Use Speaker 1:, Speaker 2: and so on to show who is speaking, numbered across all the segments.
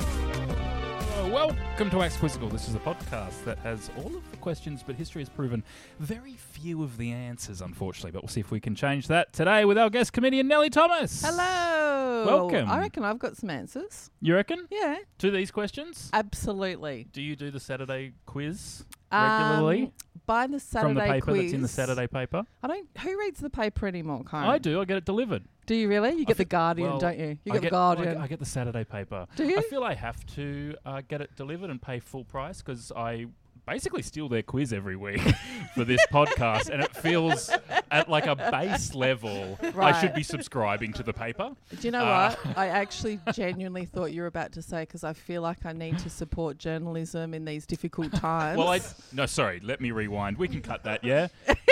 Speaker 1: Hello, welcome to Axquisical. This is a podcast that has all of the questions, but history has proven very few of the answers, unfortunately. But we'll see if we can change that today with our guest comedian Nellie Thomas.
Speaker 2: Hello.
Speaker 1: Welcome.
Speaker 2: I reckon I've got some answers.
Speaker 1: You reckon?
Speaker 2: Yeah,
Speaker 1: To these questions?
Speaker 2: absolutely.
Speaker 1: do you do the Saturday quiz
Speaker 2: Um,
Speaker 1: regularly
Speaker 2: by the
Speaker 1: from
Speaker 2: Saturday
Speaker 1: the paper
Speaker 2: quiz,
Speaker 1: that's in the Saturday paper?
Speaker 2: I don't. Who reads the paper anymore, Karen?
Speaker 1: I do. I get it delivered.
Speaker 2: Do you really? You
Speaker 1: I
Speaker 2: get the
Speaker 1: think-
Speaker 2: Guardian,
Speaker 1: well,
Speaker 2: don't you? You
Speaker 1: I
Speaker 2: get, the
Speaker 1: I
Speaker 2: Guardian.
Speaker 1: get, I get the Saturday paper.
Speaker 2: Do you?
Speaker 1: I feel I have to uh, get it delivered and pay full price because I basically steal their quiz every week for this podcast, and it feels at like a base level. I should
Speaker 2: Right.
Speaker 1: be subscribing to the paper.
Speaker 2: do you know
Speaker 1: Uh,
Speaker 2: what? I actually genuinely thought you were about to say because I feel like I need to support journalism in these difficult times.
Speaker 1: Well, I no, sorry. Let me rewind. We can cut that. Yeah,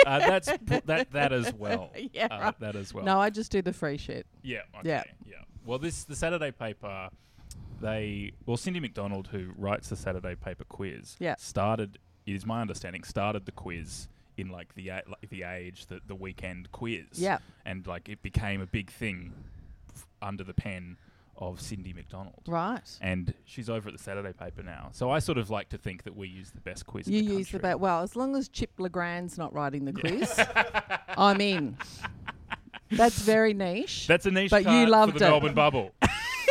Speaker 1: uh, that's pu- that that as well.
Speaker 2: Yeah,
Speaker 1: uh,
Speaker 2: right.
Speaker 1: that as well.
Speaker 2: no, I just do the free shit.
Speaker 1: Yeah. Okay. Yeah.
Speaker 2: Yeah.
Speaker 1: Well, this the Saturday paper. They well, Cindy McDonald, who writes the Saturday paper quiz,
Speaker 2: Yeah.
Speaker 1: started. It is my understanding started the quiz in like the a- like the age that the weekend quiz.
Speaker 2: Yeah.
Speaker 1: And like it became a big thing f- under the pen of Cindy McDonald.
Speaker 2: Right.
Speaker 1: And she's over at the Saturday paper now. So I sort of like to think that we use the best quiz.
Speaker 2: You
Speaker 1: in the
Speaker 2: use the
Speaker 1: country.
Speaker 2: bat. Well, as long as Chip Legrand's not writing the quiz, I'm in. That's very niche.
Speaker 1: That's a niche
Speaker 2: But you
Speaker 1: part
Speaker 2: loved
Speaker 1: for the
Speaker 2: it.
Speaker 1: Melbourne bubble.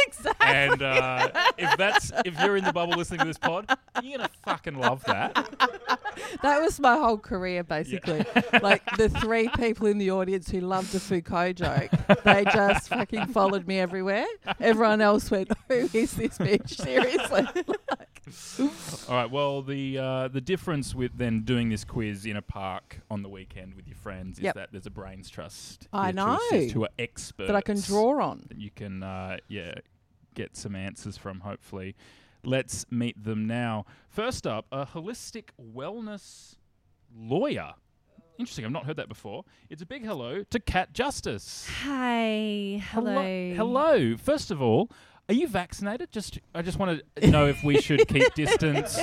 Speaker 1: exactly. And uh, if that's if you're in the bubble listening to this pod, you're gonna fucking love that.
Speaker 2: that was my whole career, basically. like the three people in the audience who loved a Foucault joke, they just fucking followed me everywhere. Everyone else went, "Who is this bitch?" Seriously.
Speaker 1: All right. Well, the uh, the difference with then doing this quiz in a park on the weekend with your friends is
Speaker 2: Yep.
Speaker 1: that there's a brains trust. here
Speaker 2: I
Speaker 1: to assist
Speaker 2: know.
Speaker 1: Who are experts
Speaker 2: that I can draw on.
Speaker 1: that you can uh, yeah get some answers from hopefully. Let's meet them now. First up, a holistic wellness lawyer. Interesting, I've not heard that before. It's a big hello to Cat Justice.
Speaker 3: Hi. Hello.
Speaker 1: Hello. First of all, are you vaccinated? Just I just want to know if we should keep distance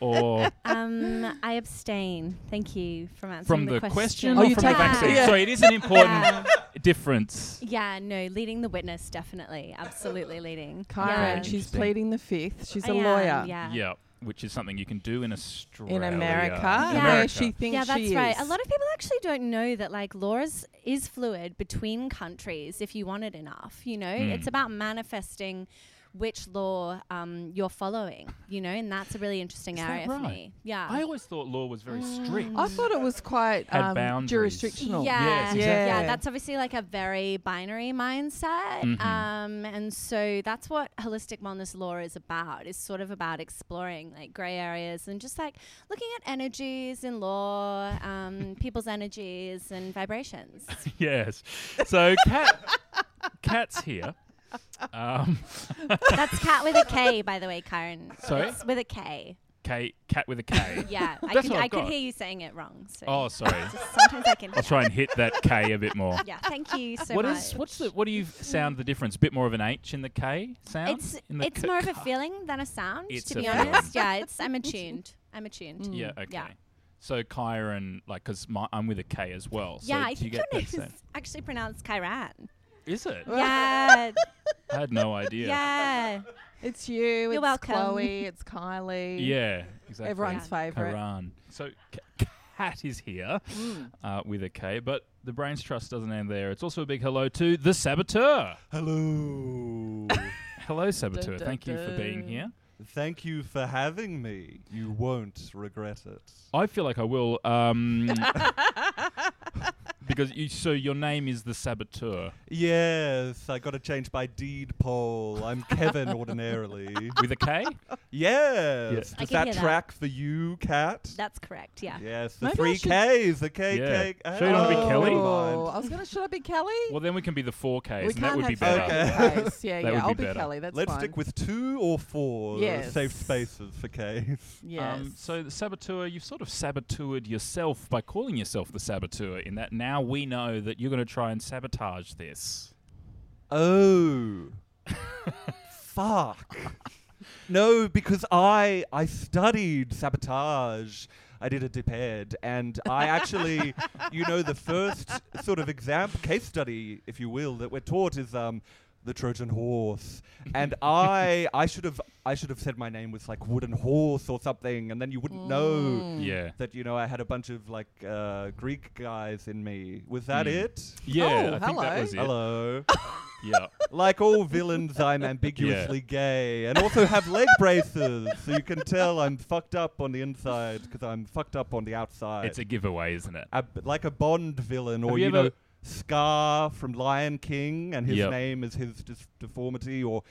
Speaker 1: or
Speaker 3: Um, I abstain. Thank you from answering
Speaker 1: from the,
Speaker 3: the,
Speaker 1: question
Speaker 2: Oh,
Speaker 1: or
Speaker 2: you
Speaker 1: from the
Speaker 2: take-
Speaker 1: vaccine.
Speaker 2: yeah.
Speaker 1: Sorry, it is an important
Speaker 3: Yeah.
Speaker 1: difference.
Speaker 3: Yeah, no, leading the witness, definitely. Absolutely leading.
Speaker 2: Karen,
Speaker 3: yeah.
Speaker 2: she's
Speaker 1: Interesting.
Speaker 2: pleading the fifth. She's
Speaker 3: I
Speaker 2: a
Speaker 3: am,
Speaker 2: lawyer
Speaker 3: Yeah.
Speaker 1: Yeah, which is something you can do in Australia.
Speaker 2: in America.
Speaker 3: Yeah.
Speaker 2: Where
Speaker 1: America.
Speaker 2: she thinks
Speaker 3: Yeah, that's
Speaker 2: she is.
Speaker 3: right. A lot of people actually don't know that like laws
Speaker 1: Hmm.
Speaker 3: is fluid between countries if you want it enough, you know? It's about manifesting which law um, you're following, you know, and that's a really interesting
Speaker 1: Is that
Speaker 3: area for
Speaker 1: right?
Speaker 3: me. Yeah. Mm.
Speaker 1: I always thought law was very strict.
Speaker 2: I thought it was quite
Speaker 1: Had
Speaker 2: um,
Speaker 1: boundaries.
Speaker 2: jurisdictional.
Speaker 3: Yeah,
Speaker 1: Yes,
Speaker 2: exactly.
Speaker 3: yeah, that's obviously like a very binary mindset,
Speaker 1: Mm-hmm.
Speaker 3: um, and so that's what holistic wellness law is about. It's sort of about exploring like gray areas and just like looking at energies in law, um, people's energies and vibrations.
Speaker 1: yes. So cat, cat's here. Um,
Speaker 3: that's cat with a K, by the way, Karen.
Speaker 1: Sorry?
Speaker 3: It's with a K.
Speaker 1: K, cat with a K.
Speaker 3: Yeah, I
Speaker 1: That's
Speaker 3: could
Speaker 1: what I've
Speaker 3: I could
Speaker 1: got.
Speaker 3: hear you saying it wrong. So
Speaker 1: Oh, sorry.
Speaker 3: Just sometimes I can.
Speaker 1: I'll try and hit that K a bit more.
Speaker 3: Yeah, thank you so
Speaker 1: What
Speaker 3: much.
Speaker 1: is what's the what do you f- sound the difference? A bit more of an H in the K sound.
Speaker 3: It's
Speaker 1: In the
Speaker 3: it's
Speaker 1: K-
Speaker 3: more of a
Speaker 1: K-
Speaker 3: feeling than a sound,
Speaker 1: It's
Speaker 3: to be
Speaker 1: a feeling.
Speaker 3: honest. Yeah, it's I'm attuned. I'm attuned.
Speaker 2: Mm.
Speaker 1: Yeah. Okay.
Speaker 3: Yeah.
Speaker 1: So Kyron, like, because I'm with a K as well. So
Speaker 3: yeah, I
Speaker 1: do you
Speaker 3: think
Speaker 1: get
Speaker 3: your name
Speaker 1: that
Speaker 3: is
Speaker 1: sound?
Speaker 3: actually pronounced Kyran.
Speaker 1: Is it?
Speaker 3: Yeah,
Speaker 1: I had no idea.
Speaker 3: yeah.
Speaker 2: It's you. You're it's
Speaker 3: welcome.
Speaker 2: Chloe. It's Kylie.
Speaker 1: Yeah, exactly.
Speaker 2: Everyone's favourite.
Speaker 1: Quran. So C- Cat is here
Speaker 2: Mm.
Speaker 1: uh, with a K, but the Brains Trust doesn't end there. It's also a big hello to the Saboteur.
Speaker 4: Hello.
Speaker 1: Hello, Saboteur.
Speaker 2: dun,
Speaker 1: Thank you for being
Speaker 2: dun.
Speaker 1: here.
Speaker 4: Thank you for having me. You won't regret it.
Speaker 1: I feel like I will, um, because you. So your name is the Saboteur
Speaker 4: Yes, I got to change my deed poll. I'm Kevin ordinarily.
Speaker 1: with a K.
Speaker 4: Yes.
Speaker 3: I can
Speaker 4: Does that
Speaker 3: hear that.
Speaker 4: track for you, Cat?
Speaker 3: That's correct. Yeah.
Speaker 4: Yes, the
Speaker 2: Maybe I
Speaker 4: three
Speaker 2: should-
Speaker 4: Ks, the K
Speaker 1: Yeah.
Speaker 4: K.
Speaker 1: Sure you don't wanna be
Speaker 4: Oh,
Speaker 1: Kelly?
Speaker 4: never
Speaker 2: Oh,
Speaker 4: mind.
Speaker 2: I was gonna. Should I be Kelly?
Speaker 1: Well, then we can be the four Ks,
Speaker 2: we
Speaker 1: and that
Speaker 2: can't
Speaker 1: would be
Speaker 2: have
Speaker 1: better.
Speaker 4: Okay.
Speaker 2: Kelly in the space. Yeah,
Speaker 1: That
Speaker 2: yeah.
Speaker 1: would
Speaker 2: I'll
Speaker 1: be better.
Speaker 2: Kelly. That's
Speaker 4: Let's
Speaker 2: fine.
Speaker 4: stick with two or four
Speaker 2: Yes.
Speaker 4: safe spaces for Ks.
Speaker 2: Yes.
Speaker 1: Um, so the saboteur, you've sort of saboteured yourself by calling yourself the saboteur. In that now we know that you're going to try and sabotage this.
Speaker 4: Oh. Fuck. No, because I I studied sabotage. I did a diped and I actually, you know, the first sort of exam case study, if you will, that we're taught is um, the Trojan horse. And I I should have I should have said my name was like wooden horse or something, and then you wouldn't
Speaker 2: Mm.
Speaker 4: know
Speaker 1: Yeah.
Speaker 4: that you know I had a bunch of like uh, Greek guys in me. Was that it?
Speaker 1: Mm. Yeah, I
Speaker 2: Oh,
Speaker 1: think that
Speaker 2: hello.
Speaker 1: was it.
Speaker 4: Hello.
Speaker 1: Yeah.
Speaker 4: Like all villains, I'm ambiguously gay and also have leg braces, so you can tell I'm fucked up on the inside because I'm fucked up on the outside.
Speaker 1: It's a giveaway, isn't it?
Speaker 4: Ab- like a Bond villain,
Speaker 1: Have
Speaker 4: or
Speaker 1: you
Speaker 4: you,
Speaker 1: ever-
Speaker 4: know, Scar from Lion King, and his
Speaker 1: Yep.
Speaker 4: name is his dis- deformity, or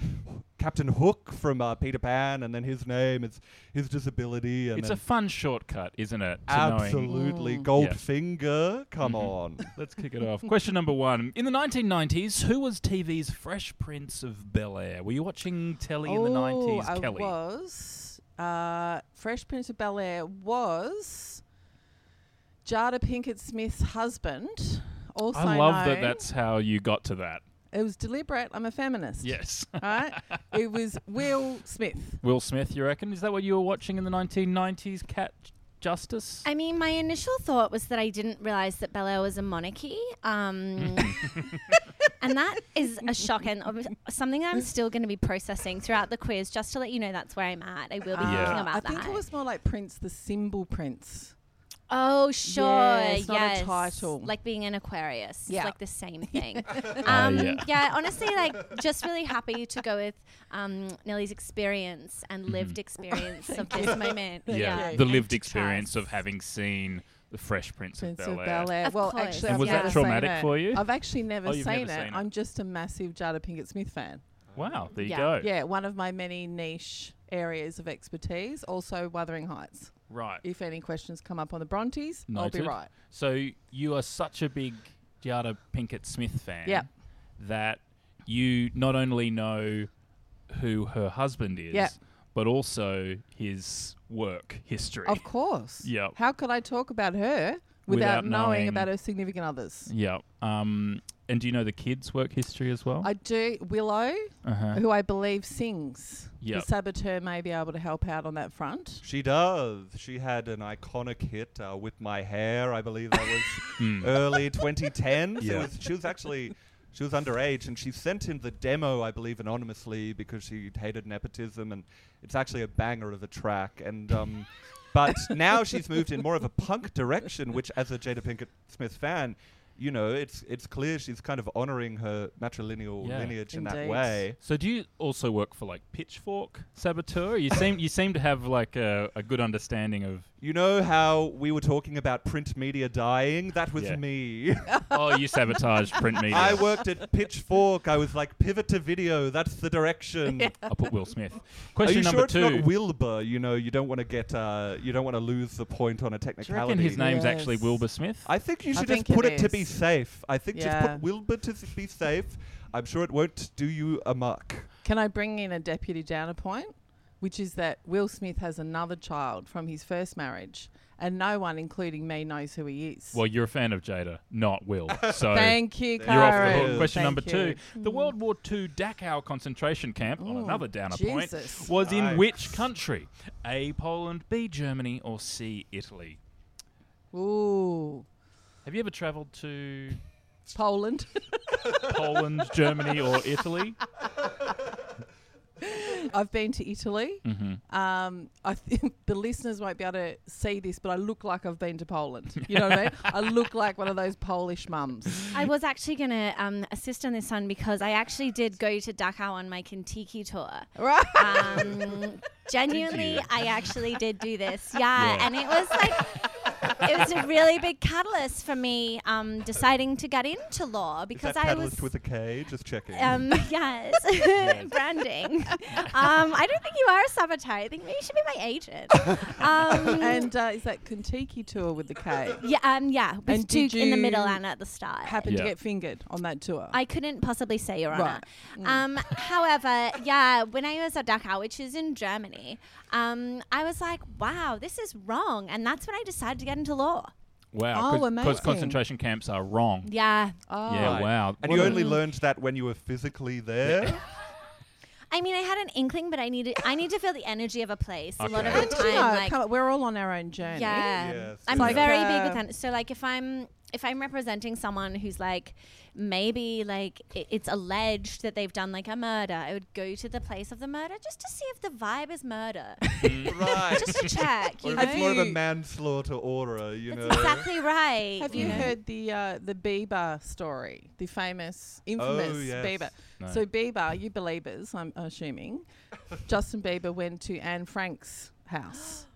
Speaker 4: Captain Hook from uh, Peter Pan, and then his name is his disability. And
Speaker 1: It's a
Speaker 4: then
Speaker 1: fun shortcut, isn't it? to knowing-
Speaker 4: absolutely
Speaker 1: Yeah. Mm-hmm.
Speaker 4: Goldfinger. Come on.
Speaker 1: Let's kick it off. Question number one. In the 1990s, who was TV's Fresh Prince of Bel Air? Were you watching telly in the 90s,
Speaker 2: Oh, I
Speaker 1: Kelly?
Speaker 2: was. Uh, Fresh Prince of Bel Air was Jada Pinkett Smith's husband. Also
Speaker 1: I love that
Speaker 2: known-
Speaker 1: that's how you got to that.
Speaker 2: It was deliberate. I'm a feminist.
Speaker 1: Yes.
Speaker 2: Right? it was Will Smith.
Speaker 1: Will Smith, you reckon? Is that what you were watching in the 1990s, Cat Justice?
Speaker 3: I mean, my initial thought was that I didn't realize that Bel Air was a monarchy. Um, and that is a shock and ob- something I'm still going to be processing throughout the quiz, just to let you know that's where I'm at. I will be
Speaker 1: Yeah.
Speaker 3: thinking
Speaker 2: Uh,
Speaker 3: about
Speaker 2: I
Speaker 3: that.
Speaker 2: think it was more like Prince, the symbol Prince.
Speaker 3: Oh, sure.
Speaker 2: it's not a
Speaker 3: yes.
Speaker 2: title.
Speaker 3: Like being an Aquarius. It's
Speaker 2: Yeah.
Speaker 3: like the same thing.
Speaker 1: Ah,
Speaker 3: um,
Speaker 1: yeah.
Speaker 3: yeah. honestly, like just really happy to go with um, Nellie's experience and lived experience of this moment.
Speaker 1: Mm-hmm. yeah.
Speaker 2: Yeah.
Speaker 1: the
Speaker 3: and
Speaker 1: lived
Speaker 3: to
Speaker 1: experience
Speaker 3: trust.
Speaker 1: of having seen the Fresh Prince,
Speaker 2: Prince
Speaker 1: of
Speaker 2: of
Speaker 1: Bel Air.
Speaker 2: Bel Air.
Speaker 3: Of
Speaker 2: well,
Speaker 3: course,
Speaker 2: actually,
Speaker 3: And
Speaker 2: I've
Speaker 3: was that
Speaker 2: never seen
Speaker 1: traumatic
Speaker 2: it.
Speaker 1: for you?
Speaker 2: I've actually never,
Speaker 1: Oh,
Speaker 2: seen,
Speaker 1: you've never
Speaker 2: it.
Speaker 1: seen it.
Speaker 2: I'm just a massive Jada Pinkett Smith fan.
Speaker 1: Wow, there
Speaker 3: Yeah.
Speaker 1: you go.
Speaker 2: Yeah, one of my many niche areas of expertise. Also, Wuthering Heights.
Speaker 1: Right.
Speaker 2: If any questions come up on the Brontes, I'll
Speaker 1: Noted.
Speaker 2: be right.
Speaker 1: So you are such a big Giada Pinkett Smith fan
Speaker 2: Yep.
Speaker 1: that you not only know who her husband is,
Speaker 2: Yep.
Speaker 1: but also his work history.
Speaker 2: Of course.
Speaker 1: Yep.
Speaker 2: How could I talk about her without,
Speaker 1: Without
Speaker 2: knowing,
Speaker 1: knowing-
Speaker 2: about her significant others?
Speaker 1: Yeah. Um, and do you know the kids' work history as well?
Speaker 2: I do. Willow,
Speaker 1: uh-huh.
Speaker 2: who I believe sings,
Speaker 1: Yep.
Speaker 2: the saboteur may be able to help out on that front.
Speaker 4: She does. She had an iconic hit uh, with my hair. I believe that was early 2010. So it
Speaker 1: Hmm. Yeah.
Speaker 4: was- she was actually she was underage, and she sent him the demo, I believe, anonymously because she hated nepotism, and it's actually a banger of a track. And um, but now she's moved in more of a punk direction, which, as a Jada Pinkett Smith fan. you know, it's it's clear she's kind of honoring her matrilineal
Speaker 1: Yeah.
Speaker 4: lineage in that
Speaker 2: Indeed.
Speaker 4: way.
Speaker 1: So do you also work for like Pitchfork Saboteur? You seem you seem to have like a, a good understanding of.
Speaker 4: You know how we were talking about print media dying? That was
Speaker 1: Yeah.
Speaker 4: me.
Speaker 1: Oh, you sabotage print media.
Speaker 4: I worked at Pitchfork. I was like, pivot to video. That's the direction.
Speaker 1: I'll put Will Smith.
Speaker 4: Are
Speaker 1: Question
Speaker 4: you
Speaker 1: number
Speaker 4: sure
Speaker 1: two.
Speaker 4: it's not Wilbur? You know, you don't want to get, uh, you don't want to lose the point on a
Speaker 1: do you
Speaker 4: technicality.
Speaker 1: reckon his name's actually
Speaker 2: Yes.
Speaker 1: Wilbur Smith?
Speaker 4: I think you
Speaker 2: I
Speaker 4: should
Speaker 2: think
Speaker 4: just put
Speaker 2: it
Speaker 4: it, to be
Speaker 2: is.
Speaker 4: safe. I think just
Speaker 2: Yeah.
Speaker 4: put Wilbur to s- be safe. I'm sure it won't do you a muck.
Speaker 2: Can I bring in a deputy down a point? Which is that Will Smith has another child from his first marriage, and no one, including me, knows who he is.
Speaker 1: well, you're a fan of Jada, not Will. So
Speaker 2: Thank you,
Speaker 4: You're
Speaker 1: you're off the
Speaker 2: Karen.
Speaker 1: hook. Question
Speaker 2: Thank
Speaker 1: number two.
Speaker 2: you.
Speaker 1: The World War II Dachau concentration camp, on
Speaker 2: Ooh,
Speaker 1: another downer
Speaker 2: Jesus.
Speaker 1: point, was in
Speaker 4: Yikes.
Speaker 1: which country? A. Poland, B. Germany, or C. Italy?
Speaker 2: Ooh,
Speaker 1: Have you ever travelled to
Speaker 2: Poland.
Speaker 1: Poland, Germany, or Italy?
Speaker 2: I've been to Italy.
Speaker 1: Mm-hmm.
Speaker 2: Um, I think the listeners won't be able to see this, but I look like I've been to Poland. You know what I mean? I look like one of those Polish mums.
Speaker 3: I was actually going to um, assist on this one because I actually did go to Dachau on my Kentucky tour.
Speaker 2: Right?
Speaker 3: Um, genuinely,
Speaker 1: you?
Speaker 3: I actually did do this. Yeah, and it was like it was a really big catalyst for me um, deciding to get into law
Speaker 4: Is
Speaker 3: because
Speaker 4: that
Speaker 3: I
Speaker 4: catalyst
Speaker 3: was
Speaker 4: with a K? Just checking.
Speaker 3: um, yes, branding. Um, I don't think you are a saboteur. I think maybe you should be my agent. Um,
Speaker 2: and uh, is that Kentucky tour with the K?
Speaker 3: yeah, um, yeah, with
Speaker 2: And did
Speaker 3: Duke in the middle
Speaker 2: you
Speaker 3: and at the start.
Speaker 2: Happened
Speaker 1: Yeah.
Speaker 2: to get fingered on that tour.
Speaker 3: I couldn't possibly say, Your Honor.
Speaker 2: Right. Mm.
Speaker 3: Um, however, yeah, when I was at Dachau, which is in Germany, um, I was like, wow, this is wrong. And that's when I decided to get into law.
Speaker 1: Wow.
Speaker 2: Oh,
Speaker 1: Because
Speaker 2: amazing.
Speaker 1: concentration camps are wrong.
Speaker 3: Yeah.
Speaker 2: oh.
Speaker 1: Yeah, wow.
Speaker 4: And
Speaker 1: What
Speaker 4: you
Speaker 1: a-
Speaker 4: only learned that when you were physically there.
Speaker 3: I mean, I had an inkling, but I needed I need to feel the energy of a place a lot
Speaker 1: Okay.
Speaker 3: of the
Speaker 2: And, you
Speaker 3: time.
Speaker 2: know,
Speaker 3: like,
Speaker 2: come on, we're all on our own journey.
Speaker 3: yeah,
Speaker 4: Yes,
Speaker 3: I'm
Speaker 4: Like,
Speaker 3: very
Speaker 2: uh,
Speaker 3: big with that. So like, if I'm if I'm representing someone who's like maybe like i- it's alleged that they've done like a murder, I would go to the place of the murder just to see if the vibe is murder,
Speaker 4: right.
Speaker 3: just to check.
Speaker 4: Or
Speaker 3: You
Speaker 4: if
Speaker 3: know?
Speaker 4: it's more of a
Speaker 2: you-
Speaker 4: manslaughter aura, you know.
Speaker 3: That's exactly right.
Speaker 2: Have you
Speaker 3: know?
Speaker 2: heard the uh, the Bieber story? The famous, infamous
Speaker 4: yes.
Speaker 2: Bieber.
Speaker 1: Oh, No.
Speaker 2: So Bieber, you believers, I'm assuming, Justin Bieber went to Anne Frank's house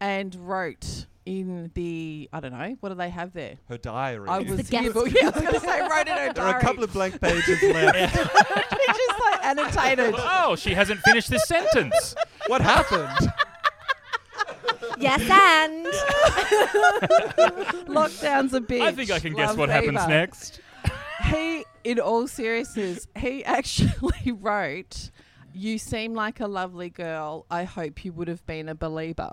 Speaker 2: and wrote in the I don't know what do they have there.
Speaker 4: Her diary.
Speaker 2: I was
Speaker 3: the guest
Speaker 2: here, but yeah, I was going to say wrote in her diary.
Speaker 4: there are a couple of blank pages left.
Speaker 2: She just like annotated.
Speaker 1: Oh, she hasn't finished this sentence.
Speaker 4: What happened?
Speaker 3: Yes, and
Speaker 2: Lockdown's a bitch.
Speaker 1: I think I can guess
Speaker 2: Love
Speaker 1: what happens
Speaker 2: Bieber.
Speaker 1: next.
Speaker 2: He, in all seriousness, he actually wrote, "You seem like a lovely girl. I hope you would have been a believer."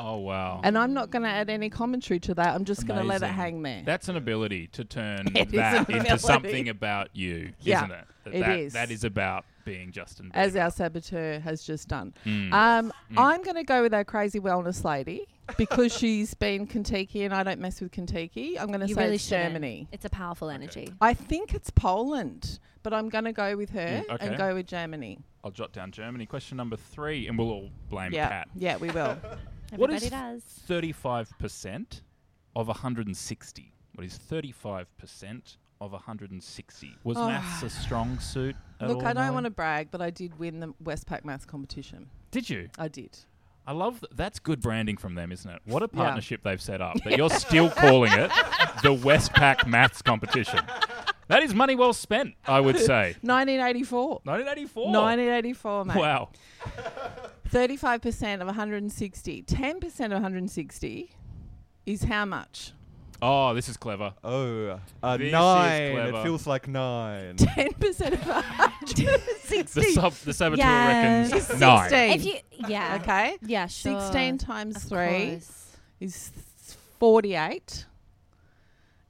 Speaker 1: Oh, wow.
Speaker 2: And I'm not going to add any commentary to that. I'm just going to let it
Speaker 1: Amazing.
Speaker 2: hang there.
Speaker 1: That's an ability to turn
Speaker 2: It is an
Speaker 1: that into
Speaker 2: ability.
Speaker 1: something about you,
Speaker 2: Yeah,
Speaker 1: isn't it? That,
Speaker 2: it
Speaker 1: that,
Speaker 2: is.
Speaker 1: that is about being Justin.
Speaker 2: as
Speaker 1: Bieber.
Speaker 2: our saboteur has just done.
Speaker 1: Hmm.
Speaker 2: Um, I'm going to go with our crazy wellness lady because she's been Kentucky and I don't mess with Kentucky. I'm going to
Speaker 3: you
Speaker 2: say
Speaker 3: really
Speaker 2: it's
Speaker 3: shouldn't.
Speaker 2: Germany.
Speaker 3: It's a powerful energy.
Speaker 2: I think it's Poland, but I'm going to go with her
Speaker 1: Mm, okay.
Speaker 2: and go with Germany.
Speaker 1: I'll jot down Germany. Question number three, and we'll all blame
Speaker 2: yeah,
Speaker 1: Pat.
Speaker 2: yeah, we will.
Speaker 1: What
Speaker 3: Everybody
Speaker 1: is
Speaker 3: does.
Speaker 1: thirty-five percent of hundred and sixty? What is thirty-five percent of hundred and sixty? Was maths a strong suit? At
Speaker 2: Oh. Look,
Speaker 1: all,
Speaker 2: I don't
Speaker 1: Melanie?
Speaker 2: want to brag, but I did win the Westpac Maths competition.
Speaker 1: Did you?
Speaker 2: I did.
Speaker 1: I love th- that's good branding from them, isn't it? What a
Speaker 2: Yeah.
Speaker 1: partnership they've set up. That you're still calling it the Westpac Maths Competition. That is money well spent, I would say.
Speaker 2: 1984.
Speaker 1: 1984.
Speaker 2: 1984, mate.
Speaker 1: Wow.
Speaker 2: 35% of 160. 10% of 160 is how much?
Speaker 1: Oh, this is clever.
Speaker 4: Oh, uh,
Speaker 1: This is
Speaker 4: nine.
Speaker 1: clever.
Speaker 4: It feels like nine.
Speaker 2: 10% of 160.
Speaker 1: The sub, the saboteur
Speaker 3: Yes.
Speaker 1: reckons
Speaker 2: It's
Speaker 1: nine.
Speaker 2: 16.
Speaker 3: If you, yeah,
Speaker 2: okay.
Speaker 3: yeah, sure.
Speaker 2: 16
Speaker 3: Of
Speaker 2: times 3
Speaker 3: course.
Speaker 2: is 48.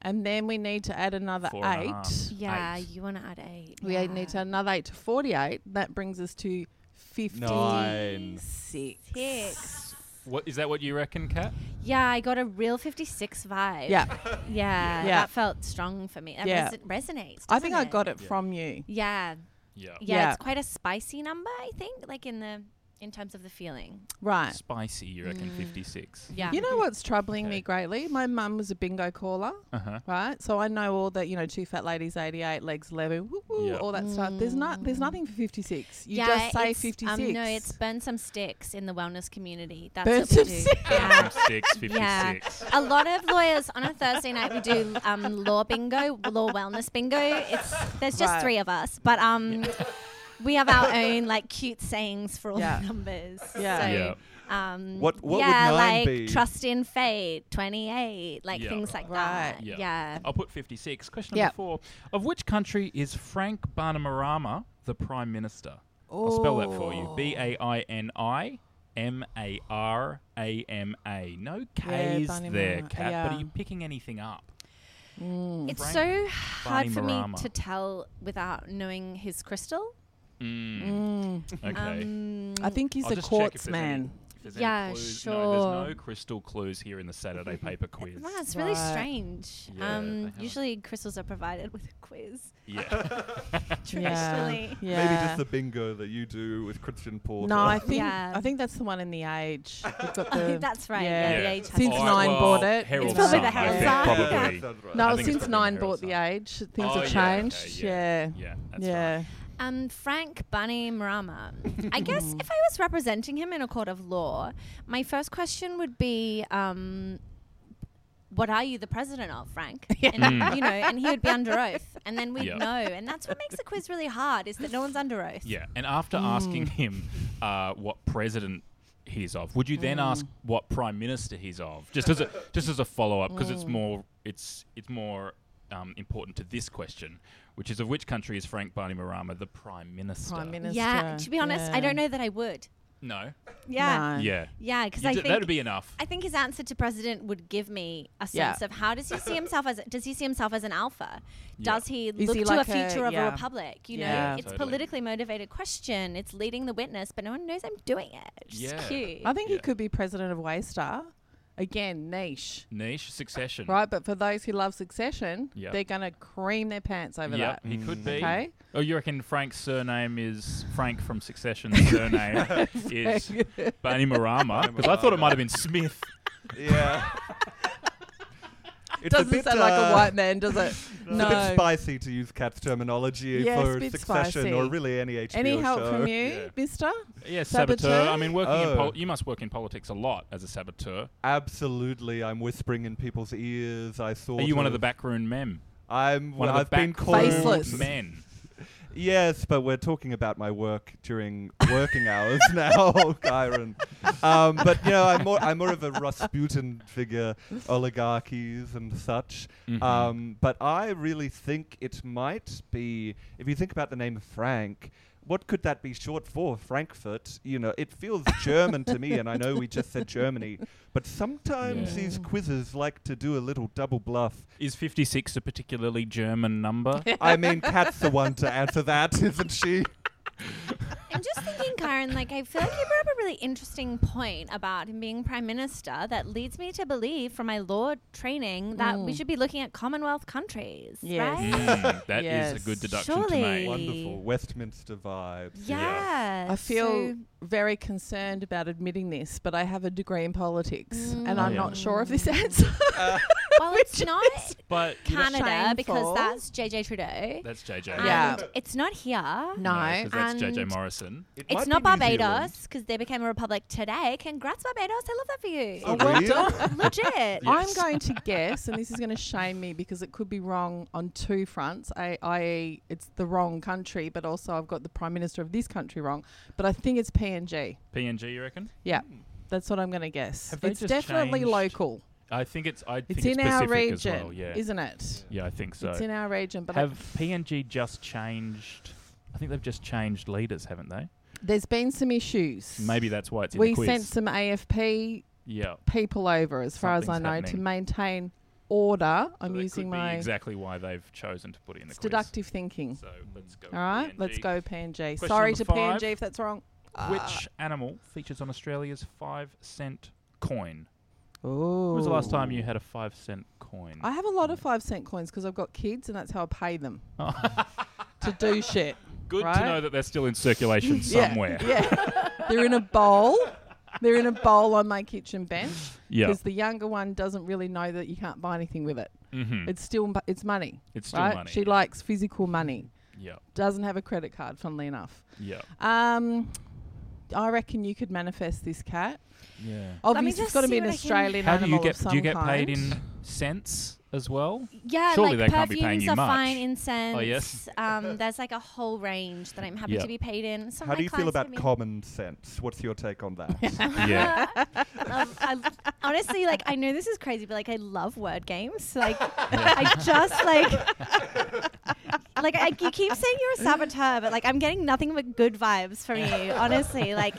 Speaker 2: And then we need to add another
Speaker 1: Four
Speaker 2: 8.
Speaker 1: and a half.
Speaker 3: Yeah,
Speaker 1: Eight.
Speaker 3: you want to add eight.
Speaker 2: We
Speaker 3: yeah.
Speaker 2: need to add another 8 to 48. That brings us to 56.
Speaker 4: Nine.
Speaker 3: Six.
Speaker 1: What is that? What you reckon, Kat?
Speaker 3: Yeah, I got a real 56 vibe.
Speaker 2: Yeah.
Speaker 3: Yeah,
Speaker 2: Yeah.
Speaker 3: that felt strong for me. That
Speaker 2: Yeah.
Speaker 3: reson- resonates.
Speaker 2: I think I
Speaker 3: doesn't
Speaker 2: got it from you.
Speaker 3: Yeah.
Speaker 1: Yeah.
Speaker 3: yeah,
Speaker 2: Yeah.
Speaker 3: It's quite a spicy number, I think. Like in the in terms of the feeling.
Speaker 2: Right.
Speaker 1: Spicy, you reckon? 56.
Speaker 3: Mm. Yeah.
Speaker 2: You know what's troubling
Speaker 1: Okay.
Speaker 2: me greatly? My mum was a bingo caller,
Speaker 1: Uh huh.
Speaker 2: right? So I know all that, you know, two fat ladies, 88, legs 11, woo, woo,
Speaker 1: Yeah.
Speaker 2: all that stuff. There's not there's nothing for 56. You just say
Speaker 3: Mm. it's,
Speaker 2: 56.
Speaker 3: Um, no, it's burn some sticks in the wellness community. That's
Speaker 2: Burn
Speaker 3: what we
Speaker 2: some
Speaker 3: do.
Speaker 2: sticks.
Speaker 3: Yeah.
Speaker 1: 56,
Speaker 3: Yeah.
Speaker 1: 56.
Speaker 3: A lot of lawyers on a Thursday night we do um, law bingo, law wellness bingo. It's there's just
Speaker 2: Right.
Speaker 3: three of us, but um, we have our own like cute sayings for all
Speaker 2: Yeah.
Speaker 3: the numbers.
Speaker 2: Yeah.
Speaker 3: So,
Speaker 1: Yeah.
Speaker 3: Um,
Speaker 4: What- what would
Speaker 3: yeah,
Speaker 4: mine
Speaker 3: like
Speaker 4: be?
Speaker 3: trust in fate, twenty eight, like
Speaker 1: Yeah.
Speaker 3: things like
Speaker 2: Right.
Speaker 3: that. Yeah.
Speaker 1: I'll put 56. Question number
Speaker 2: Yep.
Speaker 1: four. Of which country is Frank Bainimarama the Prime Minister? I'll spell that for you. B A I N I M A R A M A. No
Speaker 2: Yeah,
Speaker 1: K's there,
Speaker 2: Bainimarama,
Speaker 1: Kat, but
Speaker 2: yeah.
Speaker 1: are you picking anything up?
Speaker 2: Mm.
Speaker 3: It's so
Speaker 1: Frank
Speaker 3: hard for me
Speaker 1: Bainimarama.
Speaker 3: to tell without knowing his crystal.
Speaker 1: Okay.
Speaker 3: Mm,
Speaker 2: I think Mm. Um, he's
Speaker 1: I'll just check
Speaker 2: a
Speaker 1: if
Speaker 2: quartz
Speaker 1: there's any-
Speaker 2: man.
Speaker 1: if there's any
Speaker 3: Yeah,
Speaker 1: clues. No, there's no
Speaker 3: sure.
Speaker 1: crystal clues here in the Saturday paper quiz.
Speaker 3: Wow, it's really
Speaker 2: Right.
Speaker 3: strange.
Speaker 1: Yeah, they
Speaker 3: um,
Speaker 1: haven't.
Speaker 3: usually crystals are provided with a quiz.
Speaker 1: Yeah.
Speaker 3: Traditionally.
Speaker 2: Yeah.
Speaker 4: Maybe
Speaker 2: yeah.
Speaker 4: just the bingo that you do with Christian Porter.
Speaker 2: No, I think
Speaker 3: Yeah.
Speaker 2: I think that's the one in the age. We've got
Speaker 3: I
Speaker 2: the-
Speaker 3: think that's right.
Speaker 2: Yeah.
Speaker 3: Yeah,
Speaker 1: Yeah.
Speaker 3: the age has
Speaker 2: Since
Speaker 3: to-
Speaker 1: Oh,
Speaker 2: Nine
Speaker 1: well,
Speaker 2: bought it.
Speaker 1: Herald
Speaker 3: It's probably
Speaker 1: Sun,
Speaker 3: the
Speaker 1: I
Speaker 3: Herald
Speaker 1: think,
Speaker 3: Sun.
Speaker 1: Probably.
Speaker 4: That's right.
Speaker 1: I
Speaker 2: No,
Speaker 1: think it's
Speaker 2: since
Speaker 1: probably
Speaker 2: nine
Speaker 1: Herald
Speaker 2: bought the
Speaker 1: Sun.
Speaker 2: age, things
Speaker 1: Oh,
Speaker 2: have
Speaker 1: yeah, okay,
Speaker 2: changed.
Speaker 1: yeah,
Speaker 2: yeah.
Speaker 1: yeah, that's
Speaker 2: yeah.
Speaker 3: Um, Frank Bunny Marama. I guess if I was representing him in a court of law, my first question would be, um, what are you the president of, Frank? And, you know, and he would be under oath, and then we'd
Speaker 1: Hmm. Yeah.
Speaker 3: know. And that's what makes the quiz really hard is that no one's under oath.
Speaker 1: Yeah, and after asking
Speaker 2: Hmm.
Speaker 1: him uh, what president he's of, would you
Speaker 2: Hmm.
Speaker 1: then ask what prime minister he's of? Just as a just as a follow up, because it's
Speaker 2: Hmm.
Speaker 1: more it's it's more um, important to this question, which is of which country is Frank Bainimarama the prime minister?
Speaker 2: Prime Minister.
Speaker 3: Yeah, to be honest, I don't know that I would.
Speaker 1: No.
Speaker 3: Yeah,
Speaker 2: No.
Speaker 1: Yeah.
Speaker 3: yeah, because
Speaker 1: You
Speaker 3: I
Speaker 1: ju-
Speaker 3: think
Speaker 1: that'd be enough.
Speaker 3: I think his answer to president would give me a
Speaker 2: Yeah.
Speaker 3: sense of how does he see himself as does he see himself as an alpha? Does he look
Speaker 2: he
Speaker 3: to
Speaker 2: like
Speaker 3: a
Speaker 2: a-
Speaker 3: future of
Speaker 2: yeah.
Speaker 3: a republic? You know,
Speaker 2: Yeah.
Speaker 3: it's
Speaker 1: Totally.
Speaker 3: politically motivated question. It's leading the witness, but no one knows I'm doing it. It's
Speaker 1: Yeah.
Speaker 3: cute.
Speaker 2: I think
Speaker 1: Yeah.
Speaker 2: he could be president of Waystar. Again, niche.
Speaker 1: Niche succession.
Speaker 2: Right, but for those who love Succession,
Speaker 1: Yep.
Speaker 2: they're gonna cream their pants over
Speaker 1: Yep,
Speaker 2: that.
Speaker 1: he could be.
Speaker 2: Okay.
Speaker 1: Oh, you reckon Frank's surname is Frank from Succession? surname is Bainimarama? Because I thought it might have been Smith.
Speaker 4: Yeah. it's
Speaker 2: Doesn't sound like a
Speaker 4: uh,
Speaker 2: white man, does it?
Speaker 4: It's
Speaker 2: no.
Speaker 4: a bit spicy to use Cat's terminology
Speaker 2: Yes,
Speaker 4: for
Speaker 2: bit
Speaker 4: Succession or
Speaker 2: spicy.
Speaker 4: really any HBO
Speaker 2: Any help
Speaker 4: show.
Speaker 2: from you,
Speaker 1: Yeah.
Speaker 2: Mister?
Speaker 1: Yeah, saboteur.
Speaker 2: Saboteur?
Speaker 1: I mean, working in
Speaker 4: Oh.
Speaker 1: pol- you must work in politics a lot as a saboteur.
Speaker 4: Absolutely, I'm whispering in people's ears. I thought.
Speaker 1: Are you one of the backroom men?
Speaker 4: I'm.
Speaker 1: One
Speaker 4: I've
Speaker 1: of the
Speaker 4: been
Speaker 1: backroom
Speaker 4: called.
Speaker 2: Faceless.
Speaker 1: men.
Speaker 4: Yes, but we're talking about my work during working hours now, Kyron. Um, but you know, I'm more I'm more of a Rasputin figure, oligarchies and such. Um, but I really think it might be if you think about the name Frank. What could that be short for? Frankfurt. You know, it feels German to me, and I know we just said Germany, but sometimes
Speaker 1: Yeah.
Speaker 4: these quizzes like to do a little double bluff.
Speaker 1: Is 56 a particularly German number?
Speaker 4: I mean, Kat's the one to answer that, isn't she?
Speaker 3: I'm just thinking, Karen, like I feel like you brought up a really interesting point about him being prime minister that leads me to believe from my law training that we should be looking at Commonwealth countries.
Speaker 2: Mm. Yes.
Speaker 3: Right?
Speaker 1: Mm, That is
Speaker 2: Yes.
Speaker 1: a good deduction to
Speaker 3: Surely.
Speaker 1: make.
Speaker 4: Wonderful Westminster vibes.
Speaker 2: Mm.
Speaker 3: Yeah.
Speaker 2: I feel
Speaker 3: Uh, so-
Speaker 2: very concerned about admitting this, but I have a degree in politics, and
Speaker 1: Oh,
Speaker 2: I'm
Speaker 1: yeah.
Speaker 2: not sure of this answer.
Speaker 3: well, it's not
Speaker 1: But you know,
Speaker 3: Canada because
Speaker 2: Shameful.
Speaker 3: that's JJ Trudeau.
Speaker 1: that's JJ.
Speaker 3: And
Speaker 2: Yeah.
Speaker 3: It's not here.
Speaker 2: no,
Speaker 1: Because that's JJ
Speaker 3: and-
Speaker 1: Morrison.
Speaker 4: It might
Speaker 3: It's
Speaker 4: be
Speaker 3: not
Speaker 4: New Zealand.
Speaker 3: Barbados because they became a republic today. Congrats, Barbados. I love that for you.
Speaker 4: Oh, well really?
Speaker 3: Legit.
Speaker 2: I'm going to guess, and this is going to shame me because it could be wrong on two fronts. I, I, it's the wrong country, but also I've got the prime minister of this country wrong. But I think it's PNG.
Speaker 1: PNG, you reckon?
Speaker 2: Yeah, that's what I'm going to guess.
Speaker 1: Have they
Speaker 2: It's
Speaker 1: just
Speaker 2: definitely
Speaker 1: changed?
Speaker 2: local.
Speaker 1: I think it's. I
Speaker 2: It's
Speaker 1: think
Speaker 2: in
Speaker 1: it's
Speaker 2: our
Speaker 1: Pacific
Speaker 2: region,
Speaker 1: as well. Yeah.
Speaker 2: isn't it?
Speaker 1: yeah, I think so.
Speaker 2: It's in our region, but I-
Speaker 1: Have PNG just changed? I think they've just changed leaders, haven't they?
Speaker 2: there's been some issues.
Speaker 1: Maybe that's why it's in
Speaker 2: we
Speaker 1: the quiz.
Speaker 2: sent some AFP
Speaker 1: yeah.
Speaker 2: people over, as far as I
Speaker 1: Something's
Speaker 2: know, to
Speaker 1: happening.
Speaker 2: maintain order. I'm
Speaker 1: That
Speaker 2: using
Speaker 1: could be
Speaker 2: my
Speaker 1: exactly why they've chosen to put it in the
Speaker 2: it's
Speaker 1: quiz.
Speaker 2: deductive thinking.
Speaker 1: So let's go.
Speaker 2: All right,
Speaker 1: PNG.
Speaker 2: let's go PNG.
Speaker 1: Question
Speaker 2: Sorry
Speaker 1: number
Speaker 2: to
Speaker 1: five.
Speaker 2: PNG if that's wrong.
Speaker 1: Which animal features on Australia's five cent coin?
Speaker 2: Oh.
Speaker 1: When was the last time you had a five cent coin?
Speaker 2: I have a lot of five cent coins because I've got kids, and that's how I pay them to do shit.
Speaker 1: Good
Speaker 2: right?
Speaker 1: to know that they're still in circulation
Speaker 2: Yeah,
Speaker 1: somewhere.
Speaker 2: Yeah. They're in a bowl. They're in a bowl on my kitchen bench
Speaker 1: Yeah.
Speaker 2: because the younger one doesn't really know that you can't buy anything with it.
Speaker 1: Mm-hmm.
Speaker 2: It's still mu- it's money.
Speaker 1: It's still
Speaker 2: right?
Speaker 1: money,
Speaker 2: She
Speaker 1: yeah.
Speaker 2: likes physical money.
Speaker 1: Yeah.
Speaker 2: Doesn't have a credit card, funnily enough.
Speaker 1: Yeah.
Speaker 2: Um, I reckon you could manifest this cat.
Speaker 1: Yeah.
Speaker 2: Obviously, it's
Speaker 3: just
Speaker 2: got to
Speaker 3: see
Speaker 2: be an
Speaker 3: what I can-
Speaker 2: Australian
Speaker 1: How do
Speaker 2: animal
Speaker 1: you get
Speaker 2: of some
Speaker 1: do you get
Speaker 2: kind.
Speaker 1: paid in cents as well?
Speaker 3: Yeah,
Speaker 1: Surely
Speaker 3: like
Speaker 1: they can't be
Speaker 3: perfumes
Speaker 1: paying you
Speaker 3: are
Speaker 1: much.
Speaker 3: fine, incense.
Speaker 1: Oh, yes.
Speaker 3: Um, there's like a whole range that I'm happy
Speaker 1: Yeah.
Speaker 3: to be paid in. Some of
Speaker 4: How
Speaker 3: my
Speaker 4: do you feel
Speaker 3: clients
Speaker 4: about
Speaker 3: give me-
Speaker 4: common sense? What's your take on that?
Speaker 1: Yeah.
Speaker 3: Um, I, honestly, like I know this is crazy, but like I love word games. Like I just like like I, you keep saying you're a saboteur, but like I'm getting nothing but good vibes from you. Honestly, like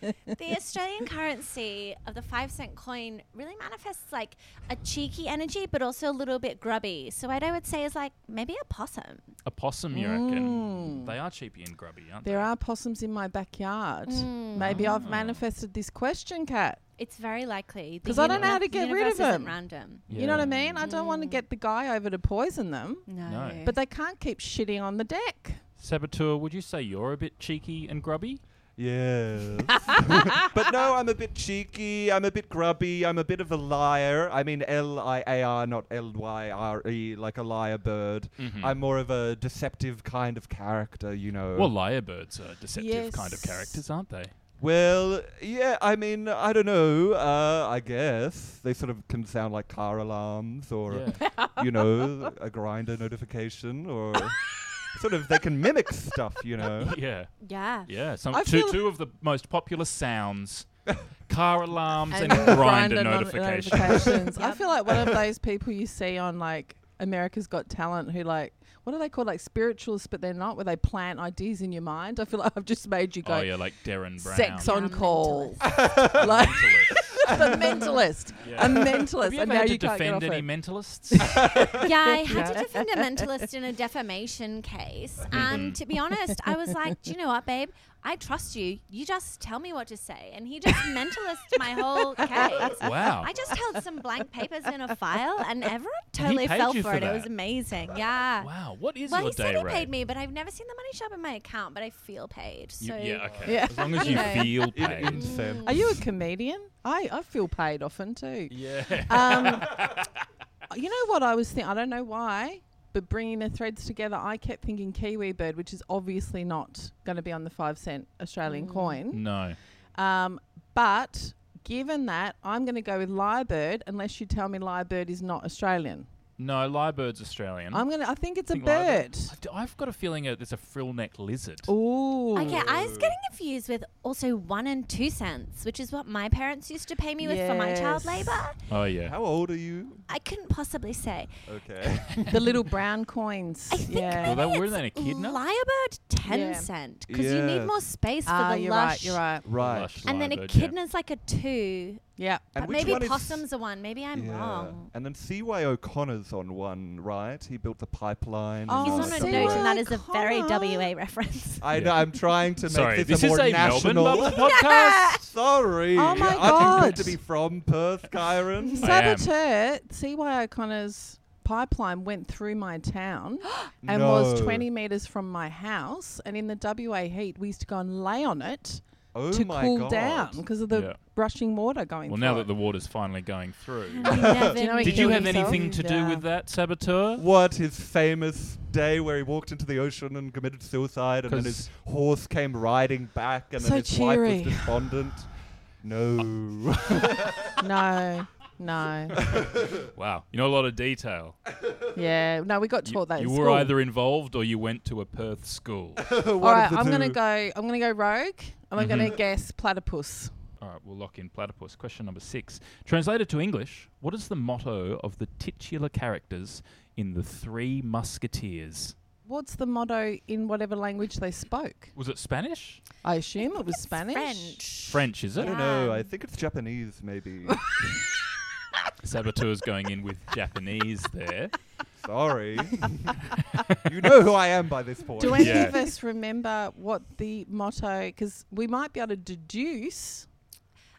Speaker 3: the Australian currency of the five cent coin really manifests like a cheeky energy, but also a little bit grubby. So what I would say is like maybe a possum.
Speaker 1: A possum, you
Speaker 2: Mm.
Speaker 1: reckon? They are cheapy and grubby, aren't
Speaker 2: There are possums in my backyard. Maybe I've manifested this question, cat.
Speaker 3: It's very likely The
Speaker 2: 'Cause I don't know how
Speaker 3: uni-
Speaker 2: to get
Speaker 3: the
Speaker 2: rid
Speaker 3: universe
Speaker 2: of
Speaker 3: isn't
Speaker 2: them.
Speaker 3: Random.
Speaker 2: You know what I mean? I don't want to get the guy over to poison them,
Speaker 1: No.
Speaker 2: but they can't keep shitting on the deck.
Speaker 1: they? Saboteur, would you say you're a bit cheeky and grubby?
Speaker 4: yes. but no, I'm a bit cheeky. I'm a bit grubby. I'm a bit of a liar. I mean, L I A R, not L Y R E, like a liar bird. I'm more of a deceptive kind of character, you know.
Speaker 1: Well, lyrebirds are deceptive kind of
Speaker 2: Yes.
Speaker 1: characters, aren't they?
Speaker 4: Well, yeah, I mean, I don't know. Uh, I guess they sort of can sound like car alarms or, you know, a grinder notification or sort of they can mimic stuff, you know.
Speaker 1: Yeah.
Speaker 3: Yeah.
Speaker 1: Yeah. Some
Speaker 2: I
Speaker 1: two,
Speaker 2: feel-
Speaker 1: two of the most popular sounds car alarms and,
Speaker 2: the
Speaker 1: grinder
Speaker 2: grinder not-
Speaker 1: notifications.
Speaker 2: notifications. I feel like one of those people you see on like America's Got Talent who like what are they called like spiritualists but they're not where they plant ideas in your mind. I feel like I've just made you go
Speaker 1: oh, yeah, like Darren Brown.
Speaker 2: sex
Speaker 3: Yeah,
Speaker 2: on call. like
Speaker 1: Mentalists.
Speaker 2: a mentalist.
Speaker 1: Yeah.
Speaker 2: A mentalist.
Speaker 1: Have you
Speaker 2: and
Speaker 1: ever
Speaker 2: now
Speaker 1: had to
Speaker 2: you can't get off
Speaker 1: defend any
Speaker 2: it.
Speaker 1: mentalists?
Speaker 3: yeah, I had to defend a mentalist in a defamation case.
Speaker 1: Mm-hmm.
Speaker 3: And to be honest, I was like, do you know what, babe? I trust you. You just tell me what to say. And he just mentalist my whole case.
Speaker 1: Wow.
Speaker 3: I just held some blank papers in a file, and everyone totally
Speaker 1: paid
Speaker 3: fell
Speaker 1: you
Speaker 3: for,
Speaker 1: for
Speaker 3: it. It was
Speaker 1: that?
Speaker 3: amazing. Yeah.
Speaker 1: wow. What is
Speaker 3: Well,
Speaker 1: your
Speaker 3: he said
Speaker 1: day
Speaker 3: he
Speaker 1: rate?
Speaker 3: paid me, but I've never seen the money show up in my account. But I feel paid.
Speaker 1: You-
Speaker 3: So
Speaker 1: yeah, okay.
Speaker 2: Yeah.
Speaker 1: As long as you
Speaker 3: Okay.
Speaker 1: feel
Speaker 4: In,
Speaker 1: paid.
Speaker 2: Are you
Speaker 3: Mm.
Speaker 2: a comedian? I, I feel paid often too.
Speaker 1: yeah.
Speaker 2: Um, you know what I was thinking? I don't know why, but bringing the threads together, I kept thinking kiwi bird, which is obviously not going to be on the five cent
Speaker 3: Mm.
Speaker 2: Australian coin.
Speaker 1: No.
Speaker 2: Um, but given that, I'm going to go with lyrebird unless you tell me lyrebird is not Australian.
Speaker 1: No, lyrebird's Australian.
Speaker 2: I'm gonna. I think it's
Speaker 1: Mm. Think
Speaker 2: a bird.
Speaker 1: lyrebird- I've d- I've got a feeling uh, there's a frill neck lizard.
Speaker 2: Oh. Ooh.
Speaker 3: Okay, I was getting confused with also one and two cents, which is what my parents used to pay me with for my child
Speaker 2: Yes.
Speaker 3: labor.
Speaker 1: Oh, yeah.
Speaker 4: How old are you?
Speaker 3: I couldn't possibly say.
Speaker 4: Okay.
Speaker 2: the little brown coins.
Speaker 3: I think
Speaker 2: yeah.
Speaker 1: Well,
Speaker 3: maybe
Speaker 1: that- weren't that
Speaker 3: it's
Speaker 1: an echidna?
Speaker 3: lyrebird
Speaker 2: Yeah.
Speaker 3: ten cent because you
Speaker 4: Yeah.
Speaker 3: need more space for
Speaker 2: ah,
Speaker 3: the
Speaker 2: you're
Speaker 3: lush.
Speaker 2: right. You're right.
Speaker 4: right.
Speaker 1: Lush
Speaker 3: And then
Speaker 1: lyrebird, yeah.
Speaker 3: echidna's like a two,
Speaker 2: Yeah.
Speaker 4: And
Speaker 3: but
Speaker 4: which
Speaker 3: maybe
Speaker 4: one is-
Speaker 3: possums are one. Maybe I'm
Speaker 4: Yeah.
Speaker 3: wrong.
Speaker 4: And then C.Y. O'Connor's on one, right? He built the pipeline.
Speaker 2: Oh,
Speaker 4: and
Speaker 3: He's
Speaker 4: all that
Speaker 3: on a
Speaker 4: stuff.
Speaker 2: see
Speaker 3: note,
Speaker 2: what
Speaker 3: and that is a
Speaker 2: I
Speaker 3: very
Speaker 2: call
Speaker 3: WA reference.
Speaker 4: I
Speaker 1: Yeah.
Speaker 4: know, I'm trying to make
Speaker 1: Sorry,
Speaker 4: this,
Speaker 1: this
Speaker 4: a
Speaker 1: is
Speaker 4: more
Speaker 1: a Melbourne
Speaker 4: national
Speaker 1: Bubble podcast.
Speaker 4: Sorry.
Speaker 2: Oh my
Speaker 4: I didn't mean
Speaker 2: God.
Speaker 4: to be from Perth, Kyron.
Speaker 1: I am.
Speaker 2: Saboteur, CY O'Connor's pipeline went through my town and was
Speaker 4: No.
Speaker 2: 20 metres from my house. And in the WA heat, we used to go and lay on it
Speaker 4: Oh
Speaker 2: to
Speaker 4: my
Speaker 2: cool
Speaker 4: God.
Speaker 2: down because of the
Speaker 1: Yeah.
Speaker 2: rushing water going
Speaker 1: Well,
Speaker 2: through
Speaker 1: now
Speaker 2: it.
Speaker 1: that the water's finally going through.
Speaker 3: I never
Speaker 2: Do you know
Speaker 1: Did
Speaker 2: what
Speaker 3: knew.
Speaker 1: you
Speaker 2: Killing
Speaker 1: have
Speaker 2: himself?
Speaker 1: anything to do
Speaker 2: Yeah.
Speaker 1: with that, Saboteur?
Speaker 4: What his famous day where he walked into the ocean and committed suicide, and then his horse came riding back, and
Speaker 2: So
Speaker 4: then his
Speaker 2: cheery.
Speaker 4: wife was despondent. No.
Speaker 2: No, no.
Speaker 1: Wow. You know a lot of detail.
Speaker 2: yeah, no, we got
Speaker 1: You-
Speaker 2: taught that
Speaker 1: you
Speaker 2: in
Speaker 1: were
Speaker 2: school.
Speaker 1: either involved or you went to a Perth school.
Speaker 2: All right, I'm going to go, I'm going to go rogue. and I'm
Speaker 1: Mm-hmm.
Speaker 2: going to guess platypus.
Speaker 1: All right, we'll lock in platypus. Question number six. Translated to English, what is the motto of the titular characters in The Three Musketeers?
Speaker 2: What's the motto in whatever language they spoke?
Speaker 1: Was it Spanish?
Speaker 2: I assume it was Spanish.
Speaker 3: French.
Speaker 1: French, is
Speaker 4: I
Speaker 1: it?
Speaker 4: don't know. I think it's Japanese, maybe.
Speaker 1: Saboteur's going in with Japanese there.
Speaker 4: Sorry. you know who I am by this point.
Speaker 2: Do any
Speaker 1: Yeah.
Speaker 2: of us remember what the motto? Because we might be able to deduce.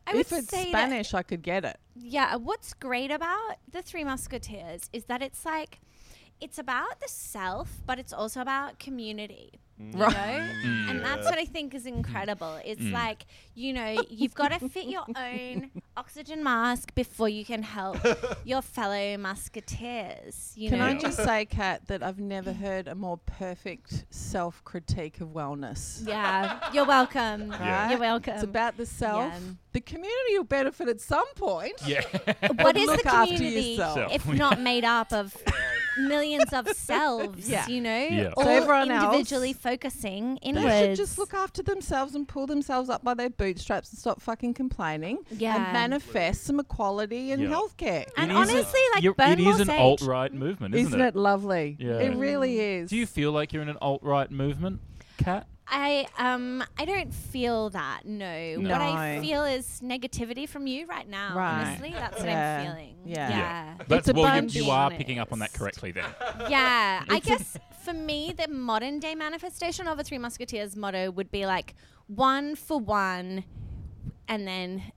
Speaker 3: I
Speaker 2: if
Speaker 3: would
Speaker 2: it's
Speaker 3: say that-
Speaker 2: Spanish, I could get it.
Speaker 3: uh, Yeah, what's great about The Three Musketeers is that it's like it's about the self, but it's also about community. You
Speaker 2: Mm. Right.
Speaker 3: know? And that's what I think is incredible. It's like, you know, you've got to fit your own oxygen mask before you can help your fellow musketeers. You
Speaker 2: Can
Speaker 3: know?
Speaker 2: I just say, Kat, that I've never heard a more perfect self critique of wellness.
Speaker 3: Yeah, you're welcome.
Speaker 2: Right?
Speaker 3: You're welcome.
Speaker 2: It's about the self.
Speaker 3: Yeah.
Speaker 2: The community will benefit at some point.
Speaker 1: Yeah.
Speaker 3: what is the
Speaker 2: look after
Speaker 3: community
Speaker 2: yourself.
Speaker 3: if not made up of millions of selves,
Speaker 2: Yeah.
Speaker 3: you know,
Speaker 1: Yeah. So
Speaker 3: all
Speaker 2: everyone else-
Speaker 3: individually focusing
Speaker 2: They
Speaker 3: inwards.
Speaker 2: should just look after themselves and pull themselves up by their bootstraps and stop fucking complaining
Speaker 3: Yeah.
Speaker 2: and manifest some equality in
Speaker 1: Yeah.
Speaker 2: healthcare.
Speaker 3: and
Speaker 1: It is a-
Speaker 3: honestly, like
Speaker 1: you're- it
Speaker 3: burn more
Speaker 1: is an
Speaker 3: sage.
Speaker 1: alt right movement, isn't,
Speaker 2: Isn't it lovely?
Speaker 1: Yeah.
Speaker 2: It really
Speaker 3: Mm.
Speaker 2: is.
Speaker 1: Do you feel like you're in an alt right movement, Kat?
Speaker 3: I um I don't feel that. No. What I
Speaker 2: No.
Speaker 3: feel is negativity from you right now.
Speaker 2: Right.
Speaker 3: Honestly, that's
Speaker 2: Yeah.
Speaker 3: what I'm feeling.
Speaker 2: Yeah.
Speaker 3: Yeah.
Speaker 1: That's
Speaker 2: a
Speaker 1: well,
Speaker 2: bunch.
Speaker 1: you, you are picking up on that
Speaker 3: Yes.
Speaker 1: correctly there.
Speaker 3: Yeah, I guess for me, the modern day manifestation of a Three Musketeers motto would be like one for one, and then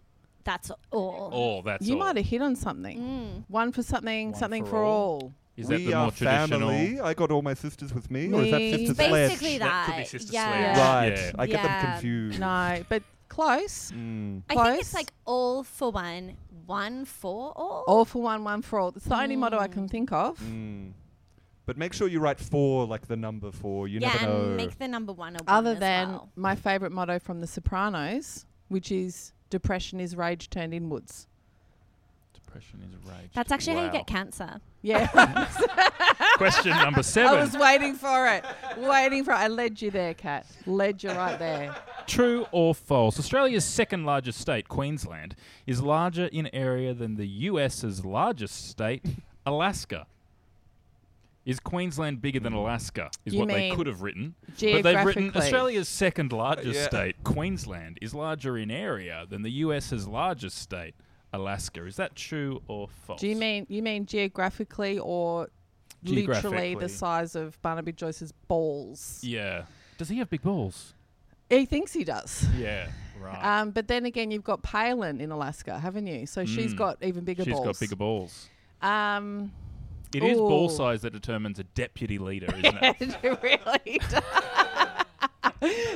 Speaker 3: that's all.
Speaker 1: Oh, that's
Speaker 2: You
Speaker 1: all.
Speaker 2: might have hit on something.
Speaker 3: Mm.
Speaker 2: One for something,
Speaker 1: One
Speaker 2: something
Speaker 1: for
Speaker 2: for,
Speaker 1: all.
Speaker 2: all.
Speaker 1: Is that
Speaker 4: we
Speaker 1: the
Speaker 4: are
Speaker 1: more traditional?
Speaker 4: family. I got all my sisters with me, or is that
Speaker 2: Me.
Speaker 4: sister
Speaker 3: Basically, that.
Speaker 4: sledge?
Speaker 1: That could be Sister
Speaker 3: yeah.
Speaker 1: Sledge.
Speaker 4: Right.
Speaker 1: Yeah.
Speaker 4: I get
Speaker 3: Yeah.
Speaker 4: them confused.
Speaker 2: No, but close.
Speaker 4: Mm.
Speaker 3: I think it's
Speaker 2: Close.
Speaker 3: like all for one, one for all.
Speaker 2: All for one, one for all. It's the only motto I can think of.
Speaker 4: Mm. But make sure you write four, like the number four. You
Speaker 3: yeah,
Speaker 4: never
Speaker 3: and
Speaker 4: know.
Speaker 3: make the number one a one.
Speaker 2: Other
Speaker 3: as
Speaker 2: than
Speaker 3: well.
Speaker 2: my favourite motto from The Sopranos, which is depression is rage turned inwards.
Speaker 1: Depression is rage.
Speaker 3: That's actually how you
Speaker 1: Wow.
Speaker 3: get cancer.
Speaker 2: Yeah,
Speaker 1: Question number
Speaker 2: I
Speaker 1: seven.
Speaker 2: was waiting for it. Waiting for it. I led you there, Kat. Led you right there.
Speaker 1: True or false? Australia's second largest state, Queensland, is larger in area than the US's largest state, Alaska. Is Queensland bigger than Alaska? Is
Speaker 2: You
Speaker 1: what they
Speaker 2: mean
Speaker 1: could have written. But they've written
Speaker 2: geographically.
Speaker 1: Australia's second largest
Speaker 4: Yeah.
Speaker 1: state, Queensland, is larger in area than the US's largest state, Alaska. Is that true or false?
Speaker 2: Do you mean you mean geographically or literally
Speaker 1: Geographically.
Speaker 2: the size of Barnaby Joyce's balls?
Speaker 1: Yeah. Does he have big balls?
Speaker 2: He thinks he does.
Speaker 1: Yeah. Right.
Speaker 2: Um, but then again, you've got Palin in Alaska, haven't you? So she's
Speaker 1: Mm.
Speaker 2: got even bigger
Speaker 1: She's
Speaker 2: balls.
Speaker 1: got bigger balls.
Speaker 2: Um,
Speaker 1: It is ball
Speaker 2: Ooh.
Speaker 1: size that determines a deputy leader, isn't it?
Speaker 2: it really does.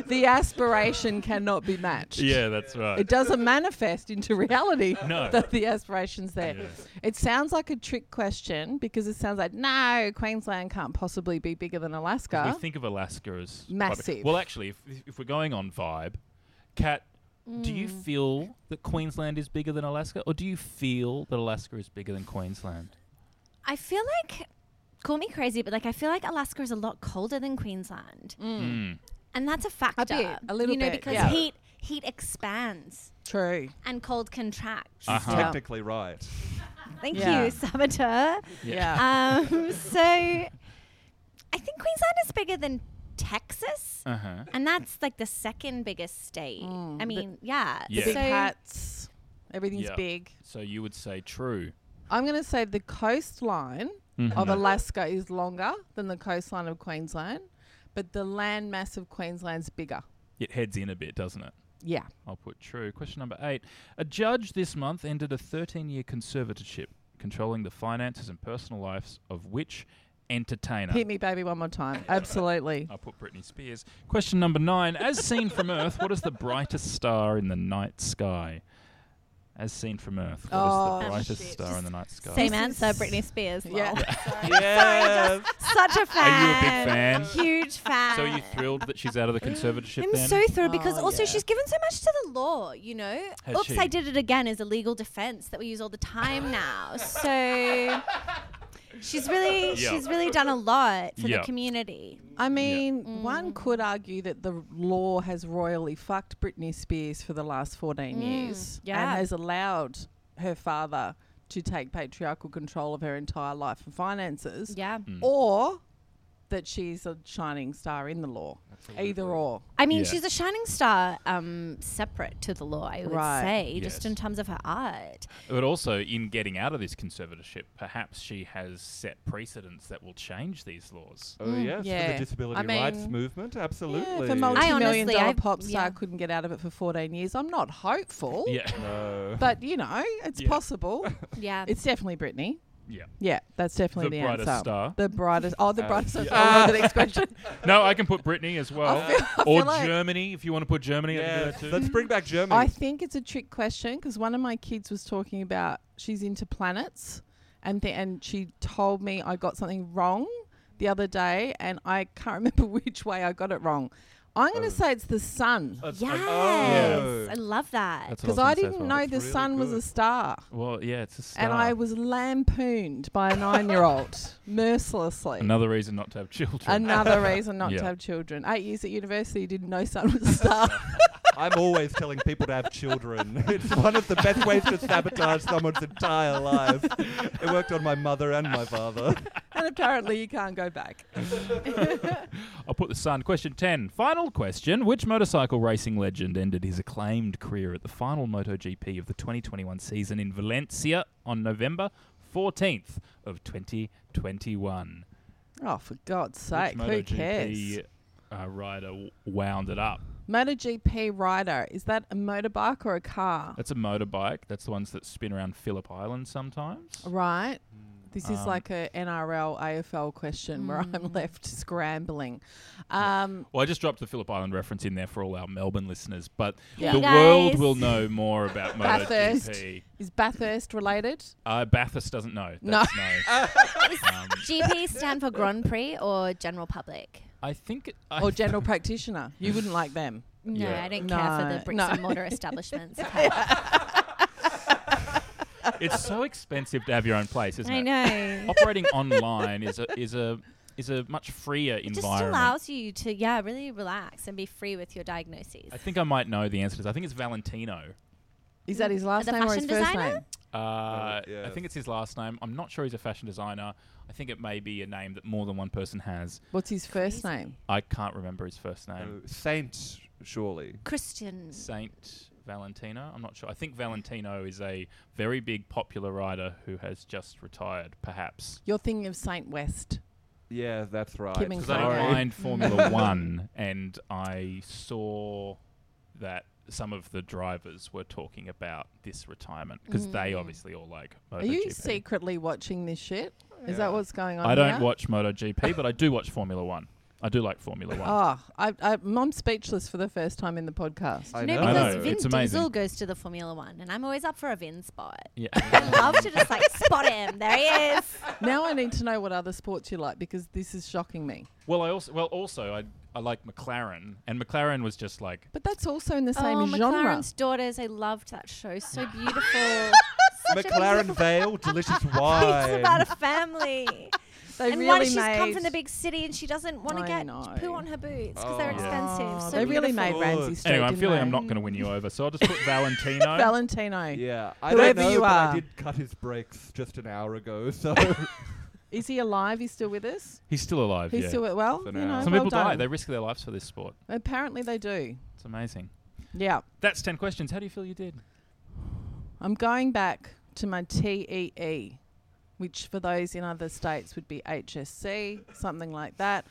Speaker 2: the aspiration cannot be matched.
Speaker 1: yeah, that's right.
Speaker 2: It doesn't manifest into reality
Speaker 1: No.
Speaker 2: that the aspiration's there.
Speaker 1: Yeah.
Speaker 2: It sounds like a trick question because it sounds like, no, Queensland can't possibly be bigger than Alaska.
Speaker 1: We think of Alaska as quite big.
Speaker 2: Massive.
Speaker 1: Well, actually, if, if we're going on vibe, Kat, do you
Speaker 2: Mm.
Speaker 1: feel that Queensland is bigger than Alaska, or do you feel that Alaska is bigger than Queensland?
Speaker 3: I feel like, call me crazy, but like I feel like Alaska is a lot colder than Queensland,
Speaker 1: Mm.
Speaker 3: and that's a factor.
Speaker 2: bit, a little
Speaker 3: you know,
Speaker 2: bit,
Speaker 3: because
Speaker 2: yeah.
Speaker 3: heat heat expands
Speaker 2: True.
Speaker 3: and cold contracts.
Speaker 1: Uh-huh.
Speaker 4: Technically right.
Speaker 3: Thank
Speaker 2: Yeah.
Speaker 3: you, saboteur.
Speaker 2: Yeah.
Speaker 3: Um, so I think Queensland is bigger than Texas,
Speaker 1: Uh huh.
Speaker 3: and that's like the second biggest state. I mean, yeah.
Speaker 1: Yeah.
Speaker 2: Mm. Big
Speaker 3: So
Speaker 2: hats. Everything's
Speaker 1: Yeah.
Speaker 2: big.
Speaker 1: So you would say true.
Speaker 2: I'm going to say the coastline of Alaska is longer than the coastline of Queensland, but the land mass of Queensland's bigger.
Speaker 1: It heads in a bit, doesn't it?
Speaker 2: Yeah.
Speaker 1: I'll put true. Question number eight. A judge this month ended a 13 year conservatorship controlling the finances and personal lives of which entertainer?
Speaker 2: Hit me, baby, one more time. Absolutely.
Speaker 1: I'll put Britney Spears. Question number nine. As seen from Earth, what is the brightest star in the night sky? As seen from Earth, what is
Speaker 2: Oh,
Speaker 1: the brightest
Speaker 2: shit.
Speaker 1: star in the night sky?
Speaker 3: same
Speaker 2: This
Speaker 3: answer,
Speaker 2: is-
Speaker 3: Britney Spears. lol.
Speaker 2: Yeah.
Speaker 4: yes.
Speaker 3: Such a
Speaker 1: Are
Speaker 3: fan.
Speaker 1: you a big fan?
Speaker 3: Huge fan.
Speaker 1: So are you thrilled that she's out of the conservatorship
Speaker 3: I'm
Speaker 1: then?
Speaker 3: so thrilled because
Speaker 2: Oh,
Speaker 3: also
Speaker 2: yeah.
Speaker 3: she's given so much to the law, you know.
Speaker 1: Has
Speaker 3: Oops,
Speaker 1: she?
Speaker 3: I did it again is a legal defense that we use all the time now. So she's really
Speaker 1: Yeah.
Speaker 3: she's really done a lot for
Speaker 1: Yeah.
Speaker 3: the community.
Speaker 2: I mean,
Speaker 3: Mm.
Speaker 2: one could argue that the law has royally fucked Britney Spears for the last 14 years
Speaker 3: Mm. yeah.
Speaker 2: and has allowed her father to take patriarchal control of her entire life and finances,
Speaker 3: Yeah.
Speaker 1: Mm.
Speaker 2: or that she's a shining star in the law. Either or.
Speaker 3: I mean,
Speaker 1: Yeah.
Speaker 3: she's a shining star um, separate to the law, I would
Speaker 2: Right.
Speaker 3: say,
Speaker 1: Yes.
Speaker 3: just in terms of her art.
Speaker 1: But also, in getting out of this conservatorship, perhaps she has set precedents that will change these laws.
Speaker 4: Oh yes,
Speaker 2: Mm,
Speaker 4: for
Speaker 2: yeah.
Speaker 4: the disability
Speaker 2: I
Speaker 4: rights
Speaker 2: mean-
Speaker 4: movement, absolutely.
Speaker 2: If a multi-million
Speaker 3: honestly-
Speaker 2: dollar
Speaker 3: I-
Speaker 2: pop star
Speaker 3: yeah.
Speaker 2: couldn't get out of it for 14 years, I'm not hopeful.
Speaker 1: Yeah.
Speaker 4: no.
Speaker 2: But you know, it's
Speaker 1: Yeah.
Speaker 2: possible.
Speaker 3: Yeah.
Speaker 2: it's definitely Britney.
Speaker 1: Yeah.
Speaker 2: Yeah, that's definitely
Speaker 1: The
Speaker 2: the,
Speaker 1: brightest
Speaker 2: answer.
Speaker 1: star.
Speaker 2: The brightest. Oh, the brightest. star.
Speaker 4: yeah.
Speaker 2: Oh, no, the next question.
Speaker 1: No, I can put Brittany as well,
Speaker 2: feel- I
Speaker 1: or
Speaker 2: feel like-
Speaker 1: Germany if you want to put Germany. I can do that too.
Speaker 4: Let's bring back Germany.
Speaker 2: I think it's a trick question because one of my kids was talking about she's into planets, and th- and she told me I got something wrong the other day, and I can't remember which way I got it wrong. I'm
Speaker 1: Oh.
Speaker 2: going to say it's the sun
Speaker 3: Yes.
Speaker 4: Oh.
Speaker 3: I love that.
Speaker 1: That's what
Speaker 2: because
Speaker 1: was
Speaker 2: I
Speaker 1: gonna say as
Speaker 2: didn't
Speaker 1: well.
Speaker 2: know the
Speaker 4: really
Speaker 2: sun was a
Speaker 4: good.
Speaker 2: star,
Speaker 1: Well, yeah, it's a star.
Speaker 2: and I was lampooned by a nine-year-old mercilessly.
Speaker 1: another reason not to have children.
Speaker 2: Another reason not
Speaker 1: Yeah.
Speaker 2: to have children. Eight years at university, didn't know sun was a star.
Speaker 4: I'm always telling people to have children. It's one of the best ways to sabotage someone's entire life. It worked on my mother and my father.
Speaker 2: and apparently, you can't go back.
Speaker 1: I'll put the sun. Question 10. Final question. Which motorcycle racing legend ended his acclaimed career at the final MotoGP of the 2021 season in Valencia on November 14th of 2021?
Speaker 2: Oh, for God's
Speaker 1: Which
Speaker 2: sake, who cares?
Speaker 1: Uh, rider w- wound it up.
Speaker 2: MotoGP rider, is that a motorbike or a car?
Speaker 1: That's a motorbike. That's the ones that spin around Phillip Island sometimes.
Speaker 2: Right.
Speaker 1: Mm,
Speaker 2: This
Speaker 1: um,
Speaker 2: is like a NRL AFL question where
Speaker 1: Mm.
Speaker 2: I'm left scrambling. Um,
Speaker 1: Well, I just dropped the Phillip Island reference in there for all our Melbourne listeners, but
Speaker 2: Yeah.
Speaker 1: the
Speaker 3: Hey,
Speaker 1: world
Speaker 3: guys.
Speaker 1: will know more about MotoGP.
Speaker 2: Bathurst. Is Bathurst related?
Speaker 1: Uh, Bathurst doesn't know.
Speaker 2: No.
Speaker 1: That's no. Um,
Speaker 3: GP stand for Grand Prix or General Public?
Speaker 1: I think. It, I
Speaker 2: Or general practitioner? You wouldn't like them.
Speaker 3: No,
Speaker 1: Yeah.
Speaker 3: I don't care for
Speaker 2: No,
Speaker 3: the bricks
Speaker 2: no.
Speaker 3: and mortar establishments. Okay.
Speaker 1: it's so expensive to have your own place, isn't it?
Speaker 3: I know.
Speaker 1: Operating online is a is a is a much freer
Speaker 3: It just
Speaker 1: environment.
Speaker 3: allows you to, yeah, really relax and be free with your diagnoses.
Speaker 1: I think I might know the answer to this. I think it's Valentino.
Speaker 2: Is
Speaker 1: Mm.
Speaker 2: that his last
Speaker 3: The
Speaker 2: name or his
Speaker 3: fashion
Speaker 2: first
Speaker 3: designer?
Speaker 2: name?
Speaker 1: Uh, I
Speaker 4: yeah.
Speaker 1: think it's his last name. I'm not sure he's a fashion designer. I think it may be a name that more than one person has.
Speaker 2: What's his first name?
Speaker 1: I can't remember his first name.
Speaker 4: Oh, Saint, surely.
Speaker 3: Christian.
Speaker 1: Saint Valentino. I'm not sure. I think Valentino is a very big popular writer who has just retired, perhaps.
Speaker 2: You're thinking of Saint West.
Speaker 4: Yeah, that's right.
Speaker 2: Kim and
Speaker 1: Because I don't
Speaker 2: Sorry.
Speaker 1: mind Formula One, and I saw that some of the drivers were talking about this retirement because they obviously all like MotoGP.
Speaker 2: Hmm. Are you secretly watching this shit? Is that what's going on?
Speaker 1: I don't
Speaker 2: here?
Speaker 1: watch MotoGP, but I do watch Formula One. I do like Formula One.
Speaker 2: Oh, I, I, I'm speechless for the first time in the podcast.
Speaker 4: I
Speaker 3: no,
Speaker 4: know.
Speaker 3: because
Speaker 1: I know,
Speaker 3: Vin
Speaker 1: it's
Speaker 3: Diesel
Speaker 1: amazing.
Speaker 3: goes to the Formula One, and I'm always up for a Vin spot.
Speaker 1: Yeah.
Speaker 3: I love to just like spot him. There he is.
Speaker 2: now I need to know what other sports you like because this is shocking me.
Speaker 1: well, I also well also I I like McLaren, and McLaren was just like
Speaker 2: But that's also in the same
Speaker 3: oh,
Speaker 2: genre.
Speaker 3: McLaren's daughters. I loved that show. So beautiful. Such a
Speaker 4: McLaren
Speaker 3: beautiful-
Speaker 4: Vale, delicious
Speaker 3: It's
Speaker 4: wine.
Speaker 3: about a family.
Speaker 2: They
Speaker 3: and
Speaker 2: really
Speaker 3: one, she's
Speaker 2: made,
Speaker 3: come from the big city and she doesn't want
Speaker 2: I
Speaker 3: to get
Speaker 2: know.
Speaker 3: poo on her boots because they're
Speaker 4: Oh.
Speaker 3: expensive.
Speaker 2: Oh,
Speaker 3: so
Speaker 2: they really
Speaker 3: beautiful.
Speaker 2: made Ramsey Street.
Speaker 1: anyway. I'm
Speaker 2: didn't
Speaker 1: feeling
Speaker 2: they?
Speaker 1: I'm not going to win you over, so I'll just put Valentino.
Speaker 2: Valentino.
Speaker 4: Yeah, I
Speaker 2: Whoever
Speaker 4: don't know,
Speaker 2: you
Speaker 4: but
Speaker 2: are.
Speaker 4: I did cut his brakes just an hour ago, so
Speaker 2: Is he alive? He's still with us.
Speaker 1: He's still alive.
Speaker 2: He's
Speaker 1: yeah.
Speaker 2: still at well.
Speaker 4: For
Speaker 2: You
Speaker 4: now.
Speaker 2: know,
Speaker 1: Some
Speaker 2: well
Speaker 1: people die.
Speaker 2: done.
Speaker 1: They risk their lives for this sport.
Speaker 2: Apparently they do.
Speaker 1: It's amazing.
Speaker 2: Yeah.
Speaker 1: That's ten questions. How do you feel you did?
Speaker 2: I'm going back to my TEE, which for those in other states would be HSC, something like that.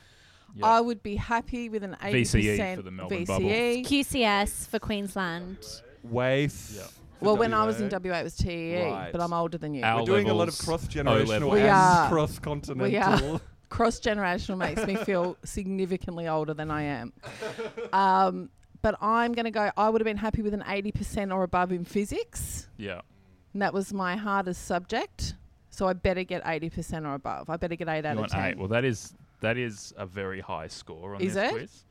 Speaker 1: Yeah.
Speaker 2: I would be happy with an 80%
Speaker 1: VCE for the Melbourne bubble.
Speaker 2: VCE.
Speaker 3: QCS for Queensland.
Speaker 4: waste.
Speaker 1: Yeah.
Speaker 2: Well, when I was in
Speaker 4: WA.
Speaker 2: WA, it was TEE,
Speaker 4: Right.
Speaker 2: but I'm older than you.
Speaker 1: Our
Speaker 4: We're doing a lot of
Speaker 1: levels,
Speaker 4: cross
Speaker 1: O-levels.
Speaker 4: generational
Speaker 1: We
Speaker 2: are.
Speaker 4: and cross continental.
Speaker 2: Cross generational makes me feel significantly older than I am. Um, but I'm going to go, I would have been happy with an 80% or above in physics.
Speaker 1: Yeah.
Speaker 2: And that was my hardest subject. So I better get 80% or above. I better get 8 out
Speaker 1: You
Speaker 2: of
Speaker 1: want
Speaker 2: 10.
Speaker 1: eight. Well, that is that is a very high score on
Speaker 2: Is
Speaker 1: this
Speaker 2: it?
Speaker 1: quiz.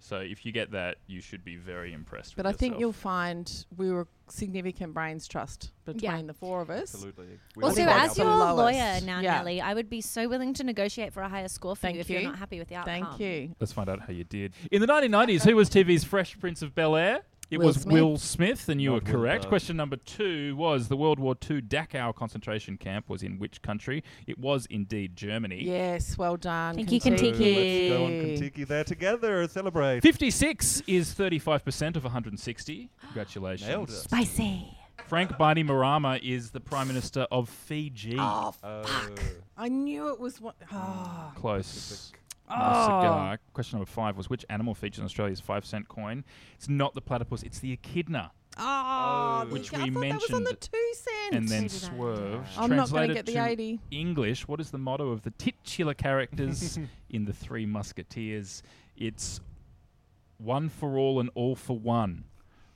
Speaker 1: So if you get that, you should be very impressed.
Speaker 2: But I
Speaker 1: with
Speaker 2: think you'll
Speaker 1: yourself.
Speaker 2: find we were significant brains trust between
Speaker 3: Yeah.
Speaker 2: the four of us.
Speaker 4: Absolutely.
Speaker 2: Well,
Speaker 3: Also,
Speaker 2: think that's
Speaker 3: as
Speaker 2: the
Speaker 3: your lawyer
Speaker 2: lowest.
Speaker 3: now,
Speaker 2: Yeah.
Speaker 3: Nelly, I would be so willing to negotiate for a higher score for
Speaker 2: Thank
Speaker 3: you if you're
Speaker 2: you.
Speaker 3: not happy with the outcome.
Speaker 2: Thank you.
Speaker 1: Let's find out how you did. In the 1990s, who was TV's Fresh Prince of Bel Air? It
Speaker 2: Will
Speaker 1: was
Speaker 2: Smith.
Speaker 1: Will Smith, and you were
Speaker 4: Not Will
Speaker 1: correct.
Speaker 4: Burr.
Speaker 1: Question number two was the World War II Dachau concentration camp was in which country? It was indeed Germany.
Speaker 2: Yes, well done.
Speaker 3: Thank you,
Speaker 4: Let's go on
Speaker 2: Yay.
Speaker 4: Kentucky there together. Celebrate.
Speaker 1: 56 is 35% of 160. Congratulations.
Speaker 4: Nailed it.
Speaker 3: Spicy.
Speaker 1: Frank Bainimarama is the Prime Minister of Fiji.
Speaker 2: Oh.
Speaker 4: Fuck.
Speaker 2: I knew it was one. Oh,
Speaker 1: Close. Nice cigar. Question number five was which animal features on Australia's five cent coin? It's not the platypus, it's the echidna.
Speaker 2: oh,
Speaker 1: Which
Speaker 2: the- I
Speaker 1: we
Speaker 2: thought that was on the
Speaker 1: mentioned
Speaker 2: two
Speaker 1: and then
Speaker 3: Maybe that-
Speaker 1: swerved.
Speaker 2: I'm not gonna
Speaker 1: Translated
Speaker 2: get the
Speaker 1: to
Speaker 2: 80.
Speaker 1: English, what is the motto of the titular characters in The Three Musketeers? It's one for all and all for one.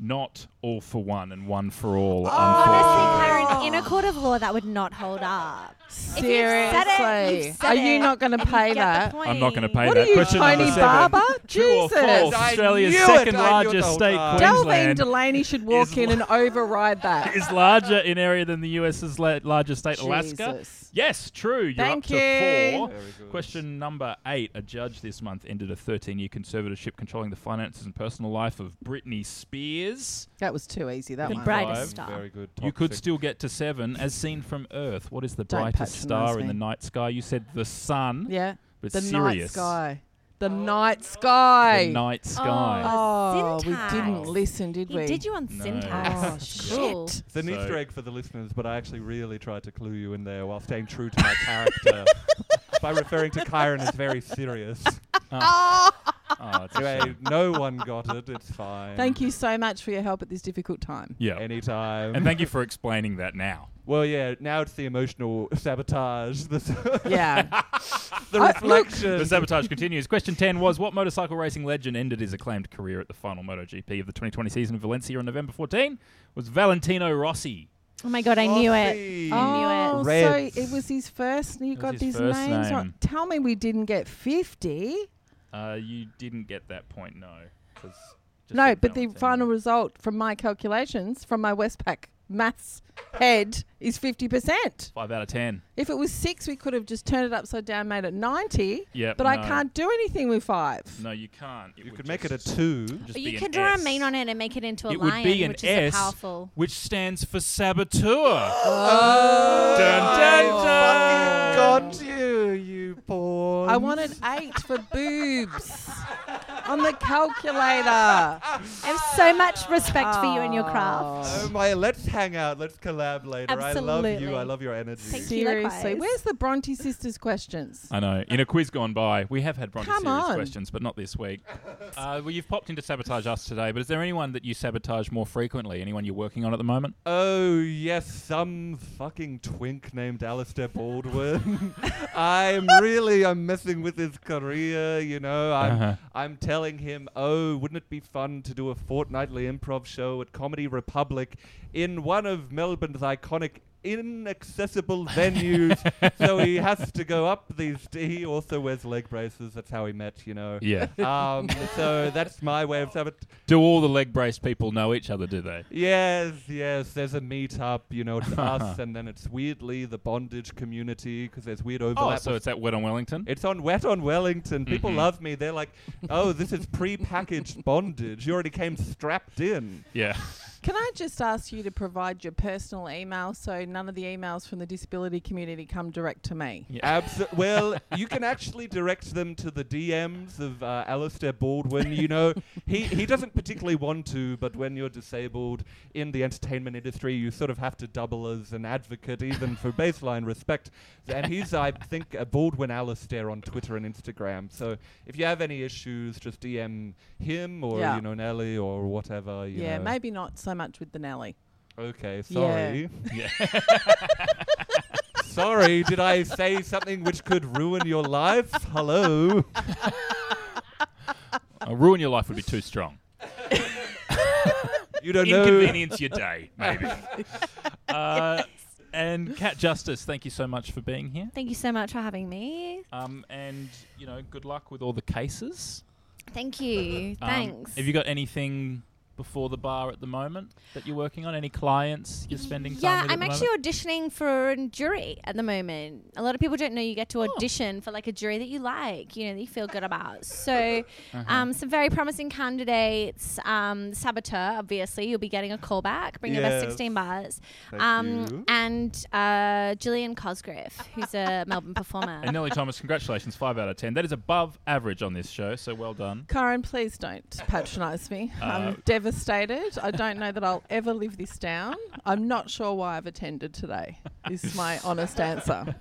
Speaker 1: Not all for one and one for all.
Speaker 2: Oh,
Speaker 3: Honestly,
Speaker 1: unfortunately.
Speaker 3: Karen, in a court of law, that would not hold up. If you've said it,
Speaker 2: Seriously.
Speaker 3: you've said
Speaker 2: Are you
Speaker 3: it,
Speaker 2: not going to
Speaker 3: and you
Speaker 2: pay
Speaker 3: get the
Speaker 2: that?
Speaker 1: I'm not going to
Speaker 3: point.
Speaker 1: pay
Speaker 2: What
Speaker 1: that.
Speaker 2: are you,
Speaker 1: Question number
Speaker 2: Tony
Speaker 1: seven.
Speaker 2: Barber?
Speaker 1: True or false?
Speaker 2: Jesus.
Speaker 4: I
Speaker 1: Australia's
Speaker 4: knew it.
Speaker 1: second
Speaker 4: I knew it the
Speaker 1: largest
Speaker 4: whole
Speaker 1: state,
Speaker 4: time.
Speaker 2: Delphine
Speaker 1: Queensland,
Speaker 2: Delaney should walk in and override that.
Speaker 1: is larger in area than the US's la- largest state, Alaska.
Speaker 2: Jesus.
Speaker 1: Yes, true. You're
Speaker 2: Thank
Speaker 1: up to
Speaker 2: you.
Speaker 1: four. Question number eight. A judge this month ended a 13 year conservatorship controlling the finances and personal life of Britney Spears.
Speaker 2: That was too easy, that
Speaker 1: The
Speaker 2: one.
Speaker 1: bright-
Speaker 3: brightest
Speaker 1: Five.
Speaker 3: star.
Speaker 4: Very good.
Speaker 1: You could
Speaker 4: toxic.
Speaker 1: still get to seven, as seen from Earth. What is the
Speaker 2: Don't
Speaker 1: brightest
Speaker 2: patronise
Speaker 1: star in
Speaker 2: me.
Speaker 1: the night sky? You said the sun.
Speaker 2: Yeah.
Speaker 1: But
Speaker 2: the night
Speaker 1: serious. Oh
Speaker 2: sky. The night
Speaker 1: The
Speaker 2: sky.
Speaker 1: night sky.
Speaker 2: Oh,
Speaker 3: syntax.
Speaker 2: we didn't listen, did
Speaker 3: He
Speaker 2: we?
Speaker 3: did you on
Speaker 1: No.
Speaker 2: Oh,
Speaker 3: syntax.
Speaker 2: shit.
Speaker 3: Cool.
Speaker 4: It's an
Speaker 1: So-
Speaker 4: Easter egg for the listeners, but I actually really tried to clue you in there while staying true to my character by referring to Kyron as very serious.
Speaker 1: Oh, it's a
Speaker 4: Anyway,
Speaker 1: shame.
Speaker 4: no one got it. It's fine.
Speaker 2: Thank you so much for your help at this difficult time.
Speaker 1: Yeah.
Speaker 4: Anytime.
Speaker 1: And thank you for explaining that now.
Speaker 4: well, yeah. Now it's the emotional sabotage. The, s-
Speaker 2: Yeah.
Speaker 4: the
Speaker 2: I- look-
Speaker 4: reflection.
Speaker 1: The sabotage continues. Question 10 was What motorcycle racing legend ended his acclaimed career at the final MotoGP of the 2020 season in Valencia on November 14? Was Valentino Rossi.
Speaker 3: Oh my god, I knew it.
Speaker 4: Aussie.
Speaker 2: oh,
Speaker 3: it.
Speaker 4: Reds.
Speaker 2: so it was his first and you
Speaker 1: was
Speaker 2: got
Speaker 1: his
Speaker 2: these
Speaker 1: first
Speaker 2: names
Speaker 1: name.
Speaker 2: right. Tell me we didn't get 50.
Speaker 1: Uh, you didn't get that point, no. 'cause just
Speaker 2: No,
Speaker 1: said
Speaker 2: but the
Speaker 1: Valentino.
Speaker 2: final result from my calculations, from my Westpac maths head, is 50%.
Speaker 1: 5 out of 10.
Speaker 2: If it was six, we could have just turned it upside down, made it 90.
Speaker 1: Yep,
Speaker 2: but I
Speaker 1: no.
Speaker 2: can't do anything with five.
Speaker 1: No, you can't. It
Speaker 4: You
Speaker 1: would
Speaker 4: could make it
Speaker 1: just-
Speaker 4: a two.
Speaker 1: just
Speaker 3: But
Speaker 1: be
Speaker 3: you
Speaker 1: an
Speaker 3: could draw
Speaker 1: S.
Speaker 3: a mane on it and make it into a
Speaker 1: It
Speaker 3: lion,
Speaker 1: would be an
Speaker 3: which
Speaker 1: S,
Speaker 3: is a powerful.
Speaker 1: which stands for saboteur.
Speaker 2: Oh.
Speaker 1: Dun, dun, dun.
Speaker 4: Got you, you pawn.
Speaker 2: I wanted eight for boobs on the calculator.
Speaker 3: I have so much respect for you and your craft.
Speaker 4: Oh my, let's hang out. Let's collab later. I love you.
Speaker 3: Absolutely.
Speaker 4: I love your energy.
Speaker 3: Thank you.
Speaker 2: Seriously,
Speaker 3: likewise.
Speaker 2: where's the Bronte sisters questions?
Speaker 1: I know. In a quiz gone by, we have had Bronte
Speaker 2: Come
Speaker 1: series
Speaker 2: on.
Speaker 1: questions, but not this week. Uh, well, you've popped into sabotage us today, but is there anyone that you sabotage more frequently? Anyone you're working on at the moment?
Speaker 4: Oh, yes, some fucking twink named Alistair Baldwin. I'm really, I'm messing with his career, you know. I'm,
Speaker 1: Uh-huh.
Speaker 4: I'm telling him, oh, wouldn't it be fun to do a fortnightly improv show at Comedy Republic in one of Melbourne's iconic inaccessible venues? so he has to go up these, he also wears leg braces. That's how he met, you know.
Speaker 1: Yeah.
Speaker 4: Um, so that's my way of sabot-
Speaker 1: Do all the leg brace people know each other? Do they?
Speaker 4: Yes, yes. There's a meetup, you know, it's us, and then it's weirdly the bondage community because there's weird
Speaker 1: Oh,
Speaker 4: overlap.
Speaker 1: so
Speaker 4: with-
Speaker 1: it's Mm-hmm. at Wet on Wellington.
Speaker 4: it's on Wet on Wellington. People love me. They're like, oh, this is pre-packaged bondage. You already came strapped in.
Speaker 1: yeah.
Speaker 2: Can I just ask you to provide your personal email so none of the emails from the disability community come direct to me?
Speaker 4: Abso- well, you can actually direct them to the DMs of uh, Alistair Baldwin. You know, he, he doesn't particularly want to, but when you're disabled in the entertainment industry, you sort of have to double as an advocate, even for baseline respect. And he's, I think, a Baldwin Alistair on Twitter and Instagram. So if you have any issues, just DM him or,
Speaker 2: Yeah.
Speaker 4: you know, Nelly or whatever. You
Speaker 2: yeah,
Speaker 4: know.
Speaker 2: maybe not so much with the Nelly. Yeah.
Speaker 4: Okay, sorry. sorry, did I say something which could ruin your life? Hello.
Speaker 1: Uh, ruin your life would be too strong.
Speaker 4: You don't know.
Speaker 1: Inconvenience your day, maybe. uh, and Cat Justice, thank you so much for being here.
Speaker 3: Thank you so much for having me.
Speaker 1: Um, and you know, good luck with all the cases.
Speaker 3: Thank you.
Speaker 1: Um,
Speaker 3: Thanks.
Speaker 1: Have you got anything before the bar at the moment that you're working on? Any clients you're spending
Speaker 3: yeah,
Speaker 1: time with?
Speaker 3: I'm
Speaker 1: at the
Speaker 3: actually
Speaker 1: moment?
Speaker 3: auditioning for a jury at the moment. A lot of people don't know you get
Speaker 5: Oh.
Speaker 3: to audition for like a jury that you like, you know, that you feel good about. So,
Speaker 5: Uh-huh.
Speaker 3: um, some very promising candidates. Um, Saboteur, obviously, you'll be getting a call back. Bring your best
Speaker 4: Yes.
Speaker 3: 16 bars.
Speaker 4: Thank
Speaker 3: um,
Speaker 4: you.
Speaker 3: And uh, Gillian Cosgrove, who's a Melbourne performer.
Speaker 1: And Nellie Thomas, congratulations, five out of ten. That is above average on this show, so well done.
Speaker 2: Karen, please don't patronise me.
Speaker 1: Uh,
Speaker 2: I'm devastated. I don't know that I'll ever live this down. I'm not sure why I've attended today, is my honest answer.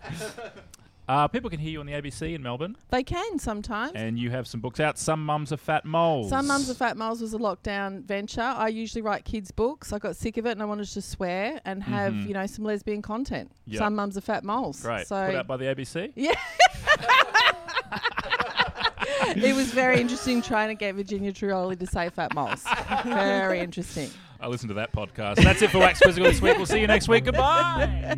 Speaker 1: Uh, people can hear you on the ABC in Melbourne,
Speaker 2: They can sometimes.
Speaker 1: and you have some books out. Some mums are fat moles.
Speaker 2: Some Mums of Fat Moles was a lockdown venture. I usually write kids' books. I got sick of it and I wanted to swear and have, you know, some lesbian content.
Speaker 1: Yeah.
Speaker 2: Some Mums of Fat Moles.
Speaker 1: Mm-hmm. Great.
Speaker 2: So
Speaker 1: Put out by the ABC.
Speaker 2: it was very interesting trying to get Virginia Trioli to say fat moles. very interesting.
Speaker 1: I listen to that podcast. That's it for Wax Quizzical this week. We'll see you next week. Goodbye.